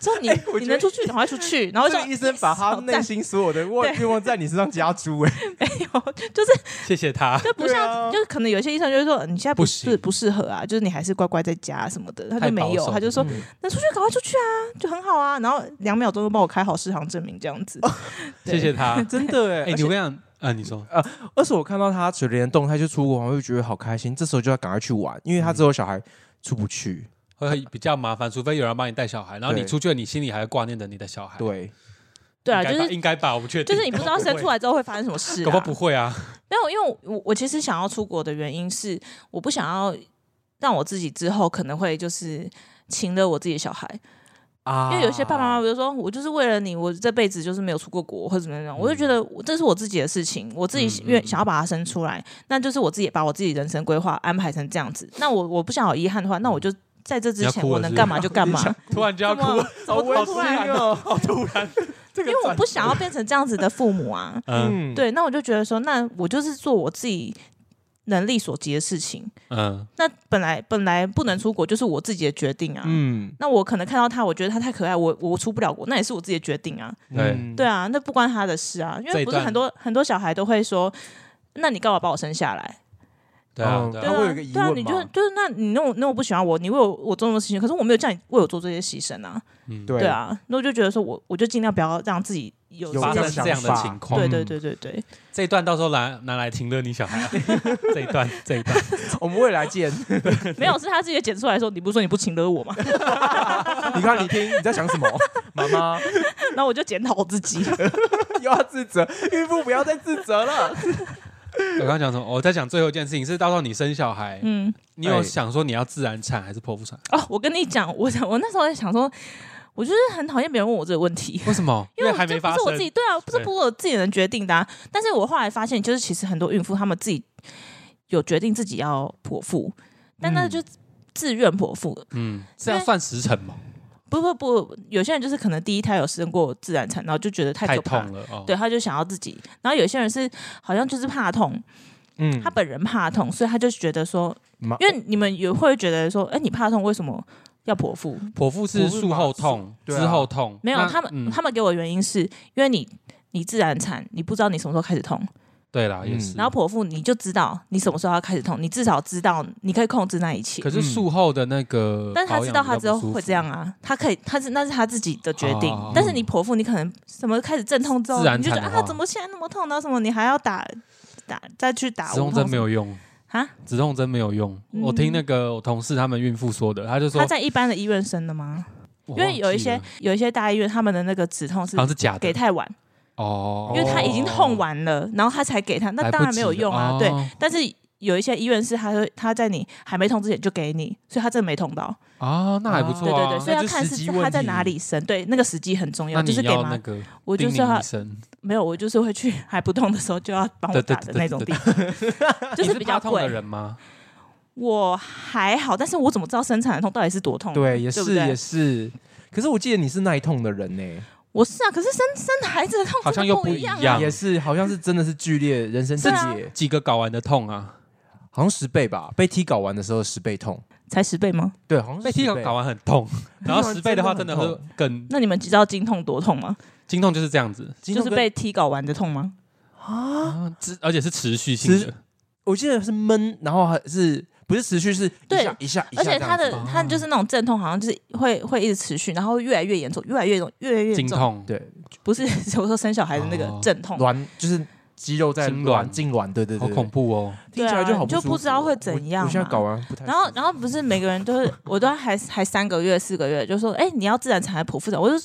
Speaker 2: 说你、
Speaker 3: 哎我
Speaker 2: 你
Speaker 3: 觉得
Speaker 2: 能出去，赶快出去。然后我
Speaker 3: 这
Speaker 2: 就
Speaker 3: 个医生把他内心所有的愿愿望在你身上加诸，哎，
Speaker 2: 没有，就是
Speaker 1: 谢谢他，
Speaker 2: 就不
Speaker 3: 对
Speaker 2: 像，
Speaker 3: 啊
Speaker 2: 就是可能有些医生就会说呃你现在不
Speaker 1: 不
Speaker 2: 是
Speaker 1: 行
Speaker 2: 不适合啊，就是你还是乖乖在家什么的，他
Speaker 1: 太
Speaker 2: 就没
Speaker 1: 保
Speaker 2: 有，
Speaker 1: 守
Speaker 2: 他就说
Speaker 3: 嗯
Speaker 2: 能出去赶快出去啊，就很好啊。然后两秒钟就帮我开好适航证明这样子，对
Speaker 1: 谢谢他。
Speaker 3: 真的
Speaker 1: 哎，
Speaker 3: 哎
Speaker 1: 你。我想啊，你说
Speaker 3: 而且我看到他垂帘动态就出国，我会觉得好开心。这时候就要赶快去玩，因为
Speaker 1: 嗯
Speaker 3: 他之后小孩出不去。
Speaker 1: 会比较麻烦，除非有人帮你带小孩，然后你
Speaker 3: 对
Speaker 1: 出去了，你心里还会挂念着你的小孩。
Speaker 3: 对，
Speaker 2: 对啊，
Speaker 1: 应
Speaker 2: 就
Speaker 1: 该吧
Speaker 2: 是
Speaker 1: 应该吧，我不确定，
Speaker 2: 就是你不知道生出来之后会发生什么事、啊，
Speaker 1: 搞不好不会啊，
Speaker 2: 没有，因为我我我其实想要出国的原因是，我不想要让我自己之后可能会就是请了我自己的小孩，
Speaker 3: 啊
Speaker 2: 因为有些爸爸妈
Speaker 1: 啊
Speaker 2: 妈比如说我就是为了你，我这辈子就是没有出过国或者怎么样，我就觉得我这是我自己的事情，我自己
Speaker 1: 嗯嗯嗯
Speaker 2: 愿想要把它生出来，那就是我自己把我自己人生规划安排成这样子。那我我不想有遗憾的话，那我就在这之
Speaker 1: 你要
Speaker 2: 前
Speaker 1: 哭了
Speaker 2: 我能干嘛就干嘛
Speaker 3: 是不，
Speaker 1: 突然就要
Speaker 2: 怎
Speaker 1: 哭，
Speaker 2: 么怎么
Speaker 3: 好
Speaker 2: 突
Speaker 3: 突然
Speaker 2: 然？
Speaker 3: 哦，好
Speaker 1: 啊
Speaker 3: 突然，这
Speaker 2: 因
Speaker 3: 个
Speaker 2: 为我不想要变成这样子的父母啊。
Speaker 1: 嗯
Speaker 3: 嗯，
Speaker 2: 对，那我就觉得说，那我就是做我自己能力所及的事情。
Speaker 1: 嗯，
Speaker 2: 那本来本来不能出国就是我自己的决定啊。
Speaker 3: 嗯，
Speaker 2: 那我可能看到他，我觉得他太可爱，我我出不了国，那也是我自己的决定啊。
Speaker 3: 嗯
Speaker 2: 对，啊，那不关他的事啊，因
Speaker 1: 这
Speaker 2: 为
Speaker 1: 一
Speaker 2: 不是
Speaker 1: 段
Speaker 2: 很多很多小孩都会说，那你干嘛把我生下来？
Speaker 1: 对啊
Speaker 3: 嗯，
Speaker 1: 对
Speaker 2: 对
Speaker 1: 啊
Speaker 3: 他会有
Speaker 2: 啊
Speaker 3: 一个疑，
Speaker 2: 对啊，
Speaker 3: 问
Speaker 2: 你
Speaker 3: 嘛
Speaker 2: 就就是那你那我那我不喜欢我，你为我我做那么多事情，可是我没有叫你为我做这些牺牲啊。
Speaker 1: 嗯，
Speaker 3: 对
Speaker 2: 对啊，那我就觉得说我我就尽量不要让自己有
Speaker 3: 有
Speaker 1: 发
Speaker 3: 这
Speaker 1: 生
Speaker 3: 样嗯想
Speaker 1: 这样的
Speaker 3: 法
Speaker 1: 情况，
Speaker 2: 对对对对对，
Speaker 1: 这一段到时候拿拿来请了你小孩，这一段这一段，
Speaker 3: 嗯我们未来 见。
Speaker 2: 没有是他自己剪出来说，你不是说你不请了我吗？
Speaker 3: 你看，你听，你在想 什么？妈妈
Speaker 2: 然后我就检讨我自己。
Speaker 3: 又要自责，孕妇不要再自责了。
Speaker 1: 我刚刚讲什么？我在讲最后一件事情是，到时候你生小孩，
Speaker 2: 嗯，
Speaker 1: 你有
Speaker 3: 哎
Speaker 1: 想说你要自然产还是剖腹产？
Speaker 2: 哦，我跟你讲，我想我那时候在想说，我就是很讨厌别人问我这个问题。
Speaker 1: 为什么？因
Speaker 2: 因为
Speaker 1: 还没
Speaker 2: 这不
Speaker 1: 发
Speaker 2: 是
Speaker 1: 生
Speaker 2: 我自己，对啊，不是
Speaker 1: 对
Speaker 2: 不是我自己能决定的、啊。但是我后来发现，就是其实很多孕妇她们自己有决定自己要剖腹，但那
Speaker 3: 嗯
Speaker 2: 就自愿剖腹。
Speaker 1: 嗯，这样算时辰吗？
Speaker 2: 不不不，有些人就是可能第一胎有生过自然产，然后就觉得太
Speaker 1: 太
Speaker 2: 可怕
Speaker 1: 痛，了哦。
Speaker 2: 对，，他就想要自己。然后有些人是好像就是怕痛，
Speaker 3: 嗯
Speaker 2: 他本人怕痛，所以他就觉得说，
Speaker 3: 妈
Speaker 2: 因为你们也会觉得说，哎、你怕痛为什么要剖腹？
Speaker 1: 剖腹
Speaker 3: 剖
Speaker 1: 是
Speaker 3: 腹是
Speaker 1: 术
Speaker 3: 麻
Speaker 1: 后
Speaker 3: 术
Speaker 1: 痛，
Speaker 3: 对啊
Speaker 1: 之后痛
Speaker 2: 没有，
Speaker 1: 那
Speaker 2: 他们、
Speaker 1: 嗯
Speaker 2: 他们给我的原因是因为你你自然产，你不知道你什么时候开始痛，
Speaker 1: 对啦，也
Speaker 3: 嗯
Speaker 1: 是。
Speaker 2: 然后剖腹你就知道你什么时候要开始痛，你至少知道你可以控制那一切
Speaker 1: 可。是
Speaker 3: 嗯
Speaker 1: 术后的那个，
Speaker 2: 但是他知道他之后会这，样啊，他可以，他是那是他自己的决定。
Speaker 1: 哦
Speaker 2: 但是你剖腹，你可能什么开始阵痛之后，
Speaker 1: 自然
Speaker 2: 你就觉得
Speaker 1: 产的话
Speaker 2: 啊，怎么现在那么痛呢？然后什么你还要打打再去打无
Speaker 1: 止
Speaker 2: 痛
Speaker 1: 痛
Speaker 2: 什么？
Speaker 1: 针没有用，
Speaker 2: 啊？
Speaker 1: 止痛针没有用。
Speaker 2: 嗯
Speaker 1: 我听那个我同事他们孕妇说的，他就说
Speaker 2: 他，在一般的医院生的吗？
Speaker 1: 因
Speaker 2: 因为有一些有一些大医院，他们的那个止痛是
Speaker 1: 好像是假的
Speaker 2: 给太晚，
Speaker 1: 啊哦，
Speaker 2: 因为他已经痛完了，然后他才给他，那
Speaker 1: 来不及了，哦
Speaker 2: 啊当然没有用啊。对，但是有一些医院是他会他在你还没通之前就给你，所以他真的没通到。
Speaker 1: 啊，那还不
Speaker 4: 哦
Speaker 1: 错
Speaker 2: 对
Speaker 1: 啊。
Speaker 2: 对对，所以
Speaker 3: 那
Speaker 2: 要
Speaker 3: 就
Speaker 2: 看
Speaker 3: 时
Speaker 2: 是
Speaker 3: 机
Speaker 2: 在
Speaker 3: 问
Speaker 2: 他在
Speaker 3: 题
Speaker 2: 哪里生，对，那个时机很重
Speaker 1: 那
Speaker 2: 要，
Speaker 1: 你
Speaker 2: 就是给
Speaker 1: 要
Speaker 2: 妈
Speaker 1: 那，个
Speaker 2: 我就
Speaker 1: 叮
Speaker 2: 是
Speaker 1: 咛
Speaker 2: 他
Speaker 1: 医生，
Speaker 2: 没有，我就是会去还不痛的时候就要帮我
Speaker 1: 对对
Speaker 2: 打
Speaker 1: 对
Speaker 2: 的
Speaker 1: 对
Speaker 2: 那种
Speaker 1: 对
Speaker 2: 地方， 就
Speaker 1: 你
Speaker 2: 比
Speaker 1: 怕
Speaker 2: 较
Speaker 1: 痛的
Speaker 2: 贵。
Speaker 1: 人吗？
Speaker 2: 我还好，但是我怎么知道生产的痛到底是多痛？
Speaker 3: 对，也
Speaker 2: 对不
Speaker 3: 是
Speaker 2: 对
Speaker 3: 也是。可是我记得你是耐痛的人呢、
Speaker 2: 我是啊，可是生生孩子的痛
Speaker 1: 好像
Speaker 2: 真的
Speaker 1: 又不
Speaker 2: 不
Speaker 1: 一
Speaker 2: 样啊。
Speaker 1: 样
Speaker 3: 也是好像是真的是剧烈人生剧
Speaker 2: 对啊
Speaker 3: 烈，
Speaker 1: 几个睾丸的痛啊，
Speaker 3: 好像十倍吧，被踢睾丸的时候十倍痛。
Speaker 2: 才十倍吗？
Speaker 3: 对，好像是
Speaker 1: 被
Speaker 3: 10
Speaker 1: 踢到
Speaker 3: 倍
Speaker 1: 睾丸很 痛，然后十倍的话真的
Speaker 3: 真的很
Speaker 1: 会更
Speaker 2: 那你们知道经痛多痛吗？
Speaker 1: 经痛，就是这样子，
Speaker 3: 经
Speaker 2: 就
Speaker 3: 痛
Speaker 2: 是
Speaker 3: 跟
Speaker 2: 被踢睾丸的痛吗？
Speaker 1: 啊持而且是持续性
Speaker 3: 持
Speaker 1: 的，
Speaker 3: 我记得是闷，然后还是不是持续是一
Speaker 2: 对
Speaker 3: 下一下一下
Speaker 2: 而
Speaker 3: 这样子，
Speaker 2: 且它的它就是那种阵痛，好像就是会会一直持续，然后越来越严重，越来越重，越来越
Speaker 1: 经
Speaker 2: 严重。
Speaker 1: 痛，
Speaker 3: 对
Speaker 2: 不是 我说生小孩的那
Speaker 4: 哦
Speaker 2: 个阵痛，
Speaker 3: 卵就是肌肉在
Speaker 1: 痉挛
Speaker 3: 卵痉挛，对对
Speaker 1: 好
Speaker 3: 对，
Speaker 1: 恐怖哦！
Speaker 3: 听起来
Speaker 2: 对啊
Speaker 3: 好
Speaker 2: 就
Speaker 3: 舒
Speaker 2: 不
Speaker 3: 服
Speaker 2: 知道会
Speaker 3: 哦
Speaker 2: 怎
Speaker 3: 我
Speaker 2: 样啊
Speaker 3: 我现在
Speaker 2: 嘛
Speaker 3: 搞完不太舒服，
Speaker 2: 然后然后不是每个人都是，我都还还三个月四个月，就说哎、你要自然产还剖腹产？我就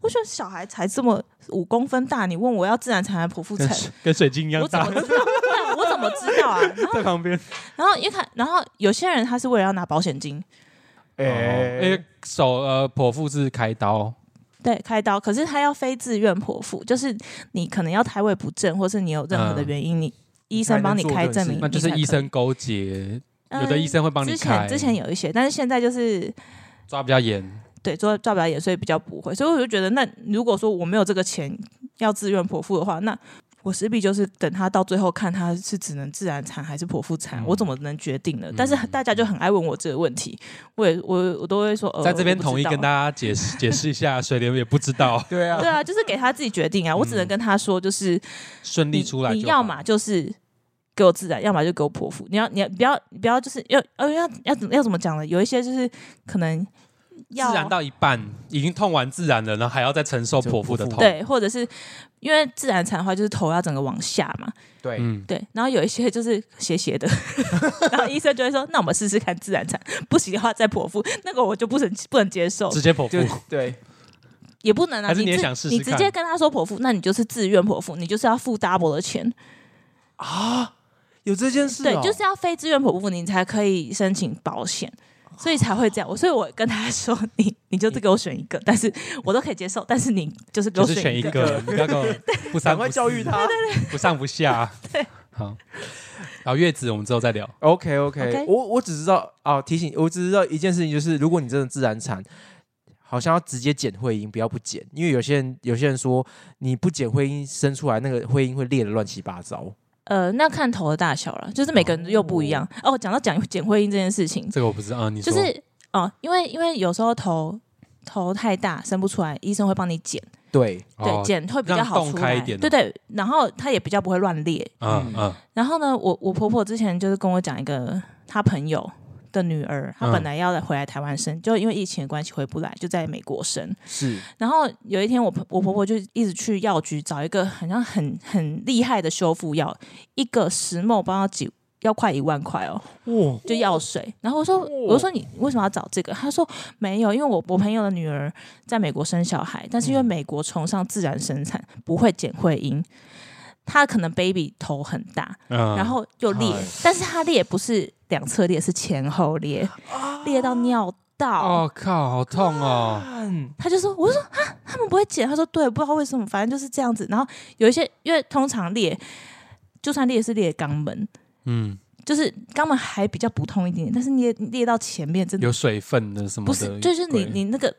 Speaker 2: 我觉得小孩才这么五公分大，你问我要自然产还剖腹
Speaker 4: 跟
Speaker 2: 产，
Speaker 4: 水跟水晶一样
Speaker 2: 我怎么
Speaker 4: 大，
Speaker 2: 知道？对我怎么知道啊？然后
Speaker 4: 在旁边
Speaker 2: 然后一看，然后有些人他是为了要拿保险金，
Speaker 3: 哎、
Speaker 1: 哦因为手呃剖腹是开刀，
Speaker 2: 对，开刀，可是他要非自愿剖腹，就是你可能要胎位不正，或是你有任何的
Speaker 1: 嗯
Speaker 2: 原因，你医
Speaker 3: 才
Speaker 2: 生
Speaker 3: 能
Speaker 2: 帮你
Speaker 3: 做
Speaker 2: 开
Speaker 3: 这
Speaker 2: 证
Speaker 3: 件事
Speaker 2: 明，
Speaker 1: 那就是
Speaker 2: 你才
Speaker 1: 医
Speaker 2: 可
Speaker 1: 生勾结，
Speaker 2: 以。
Speaker 1: 有的医
Speaker 2: 嗯
Speaker 1: 生会帮你
Speaker 2: 之
Speaker 1: 开，
Speaker 2: 前之前有一些，但是现在就是
Speaker 1: 抓比较严，
Speaker 2: 对做照表演，所以比较不会，所以我就觉得，那如果说我没有这个钱要自愿剖腹的话，那我势必就是等他到最后看他是只能自然产还是剖腹产，我怎么能决定呢？但是大家就很爱问我这个问题，我也我我都会说，呃、
Speaker 4: 在这边
Speaker 2: 我不知
Speaker 4: 统一
Speaker 2: 道
Speaker 4: 跟 大家解释解释一下，水莲也不知道，
Speaker 3: 对啊
Speaker 2: 对，啊，就是给他自己决定啊，我只能跟他说，就是
Speaker 1: 顺利
Speaker 2: 你
Speaker 1: 出来
Speaker 2: 你
Speaker 1: 就
Speaker 2: 要
Speaker 1: 好
Speaker 2: 嘛就是给我自然，要么就给我剖腹。你要你要不要你不要就是要呃要要怎么要怎么讲呢？有一些就是可能要
Speaker 1: 自然到一半已经痛完自然了，然后还要再承受
Speaker 3: 就
Speaker 1: 剖腹的
Speaker 3: 剖腹
Speaker 1: 痛，
Speaker 2: 对，或者是因为自然产的话，就是头要整个往下嘛，
Speaker 3: 对，
Speaker 1: 嗯，
Speaker 2: 对。然后有一些就是斜斜的， 然后医生就会说，那我们试试看自然产，不行的话再剖腹。那个我就不能不能接受，
Speaker 1: 直接剖
Speaker 3: 就
Speaker 1: 腹，
Speaker 3: 对，
Speaker 2: 也不能啊。
Speaker 1: 还是你
Speaker 2: 你
Speaker 1: 也
Speaker 2: 自
Speaker 1: 想试
Speaker 2: 你
Speaker 1: 试
Speaker 2: 直
Speaker 1: 看
Speaker 2: 接跟他说剖腹，那你就是自愿剖腹，你就是要付 double 的钱。
Speaker 3: 有这件事、哦，
Speaker 2: 对，就是要非自愿剖腹，你才可以申请保险，所以才会这样。
Speaker 1: 哦
Speaker 2: 我所以，我跟他说，你你就是给我选一个，但是我都可以接受，但是你就是给
Speaker 1: 就
Speaker 2: 我
Speaker 1: 是选
Speaker 2: 一
Speaker 1: 一
Speaker 2: 个。
Speaker 1: 个，你不 要给我不
Speaker 3: 赶
Speaker 1: 三
Speaker 3: 快
Speaker 1: 不
Speaker 3: 教育
Speaker 1: 四，
Speaker 3: 他。
Speaker 1: 不上不 下，好，然后月子我们之后再聊，
Speaker 3: OK OK，,
Speaker 2: OK
Speaker 3: 我我只知道啊，提醒我只知道一件事情，就是如果你真的自然产，好像要直接剪会阴，不要不剪，因为有些人有些人说你不剪会阴生出来，那个会阴会裂的乱七八糟。
Speaker 2: 呃，那看头的大小了，就是每个人又不一样。哦，讲到讲剪会阴这件事情，
Speaker 1: 这个我不知道啊，你
Speaker 2: 就
Speaker 1: 说
Speaker 2: 是哦、因为因为有时候头头太大生不出来，医生会帮你剪，
Speaker 3: 对，
Speaker 2: 对，
Speaker 1: 哦
Speaker 2: 剪会比
Speaker 1: 让
Speaker 2: 较好
Speaker 1: 洞
Speaker 2: 出
Speaker 1: 开
Speaker 2: 来，
Speaker 1: 一点哦
Speaker 2: 对对，然后它也比较不会乱裂，
Speaker 1: 嗯嗯
Speaker 2: 然后呢，我我婆婆之前就是跟我讲一个她朋友的女儿，她
Speaker 1: 嗯
Speaker 2: 本来要来回来台湾生，就因为疫情的关系回不来，就在美国生。
Speaker 3: 是
Speaker 2: 然后有一天我婆，我婆婆就一直去药局找一个好像很很厉害的修复药，一个石墨不知道几。要快一万块哦，
Speaker 3: 哇，
Speaker 2: 就药水。然后我说，我就说你为什么要找这个？她说没有，因为我我朋友的女儿在美国生小孩，但是因为美国崇尚自然生产，不会剪会阴，她可能 baby 头很大，
Speaker 1: 嗯，
Speaker 2: 然后就裂
Speaker 3: 哎，
Speaker 2: 但是它裂不是两侧裂，是前后裂，裂到尿道。
Speaker 1: 哦靠，好痛哦，
Speaker 2: 他就说：“我就说啊，他们不会剪。”他说：“对，不知道为什么，反正就是这样子。”然后有一些，因为通常裂，就算裂是裂肛门，
Speaker 1: 嗯，
Speaker 2: 就是肛门还比较不痛一点点，但是裂裂到前面真的
Speaker 1: 有水分的什么
Speaker 2: 不
Speaker 1: 的，
Speaker 2: 是，就是你
Speaker 1: 鬼
Speaker 2: 你那个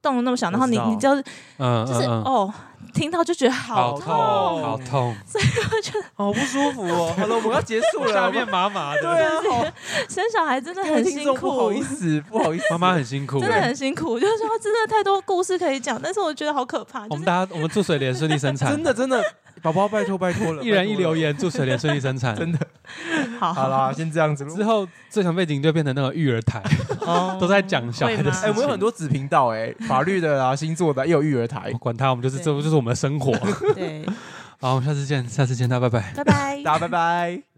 Speaker 2: 洞那么小，然后你
Speaker 3: 我知道
Speaker 2: 你就是
Speaker 1: 嗯
Speaker 2: 就是
Speaker 1: 嗯嗯，
Speaker 2: 哦，听到就觉得好
Speaker 1: 好
Speaker 2: 痛，
Speaker 1: 痛好痛，
Speaker 3: 好不舒服哦。 好了，我们要结束了，
Speaker 1: 下面麻麻
Speaker 3: 对
Speaker 1: 的，
Speaker 3: 啊， 好
Speaker 2: 生小孩真的
Speaker 3: 各位
Speaker 2: 很
Speaker 3: 听
Speaker 2: 辛
Speaker 3: 众
Speaker 2: 苦，
Speaker 3: 不好意思，不好意思，
Speaker 1: 妈妈很辛苦
Speaker 2: 真的
Speaker 1: 欸，
Speaker 2: 很辛苦，就是说真的太多故事可以讲，但是我觉得好可怕。
Speaker 1: 我
Speaker 2: 就
Speaker 1: 们
Speaker 2: 是
Speaker 1: 大家我们祝水莲顺利生产
Speaker 3: 真。的真的，宝宝拜托拜托 了，
Speaker 1: 一人一
Speaker 3: 拜托
Speaker 1: 留
Speaker 3: 了。
Speaker 1: 言，祝水莲顺利生 产。
Speaker 3: 真的
Speaker 2: 好
Speaker 3: 好啦，先这样子。
Speaker 1: 之后最强背景就变成那个育儿台， 都在讲小孩
Speaker 2: 哦会
Speaker 1: 的
Speaker 2: 吗
Speaker 1: 事
Speaker 3: 哎，我们有很多子频道，哎，法律的啦，星座的，也有育儿台
Speaker 1: 我。管他，我们就是这
Speaker 2: 对
Speaker 1: 就是我们的生活。
Speaker 2: 对，
Speaker 1: 好，我们下次见，下次见，大家拜拜。
Speaker 2: 拜拜。
Speaker 3: 大家拜拜。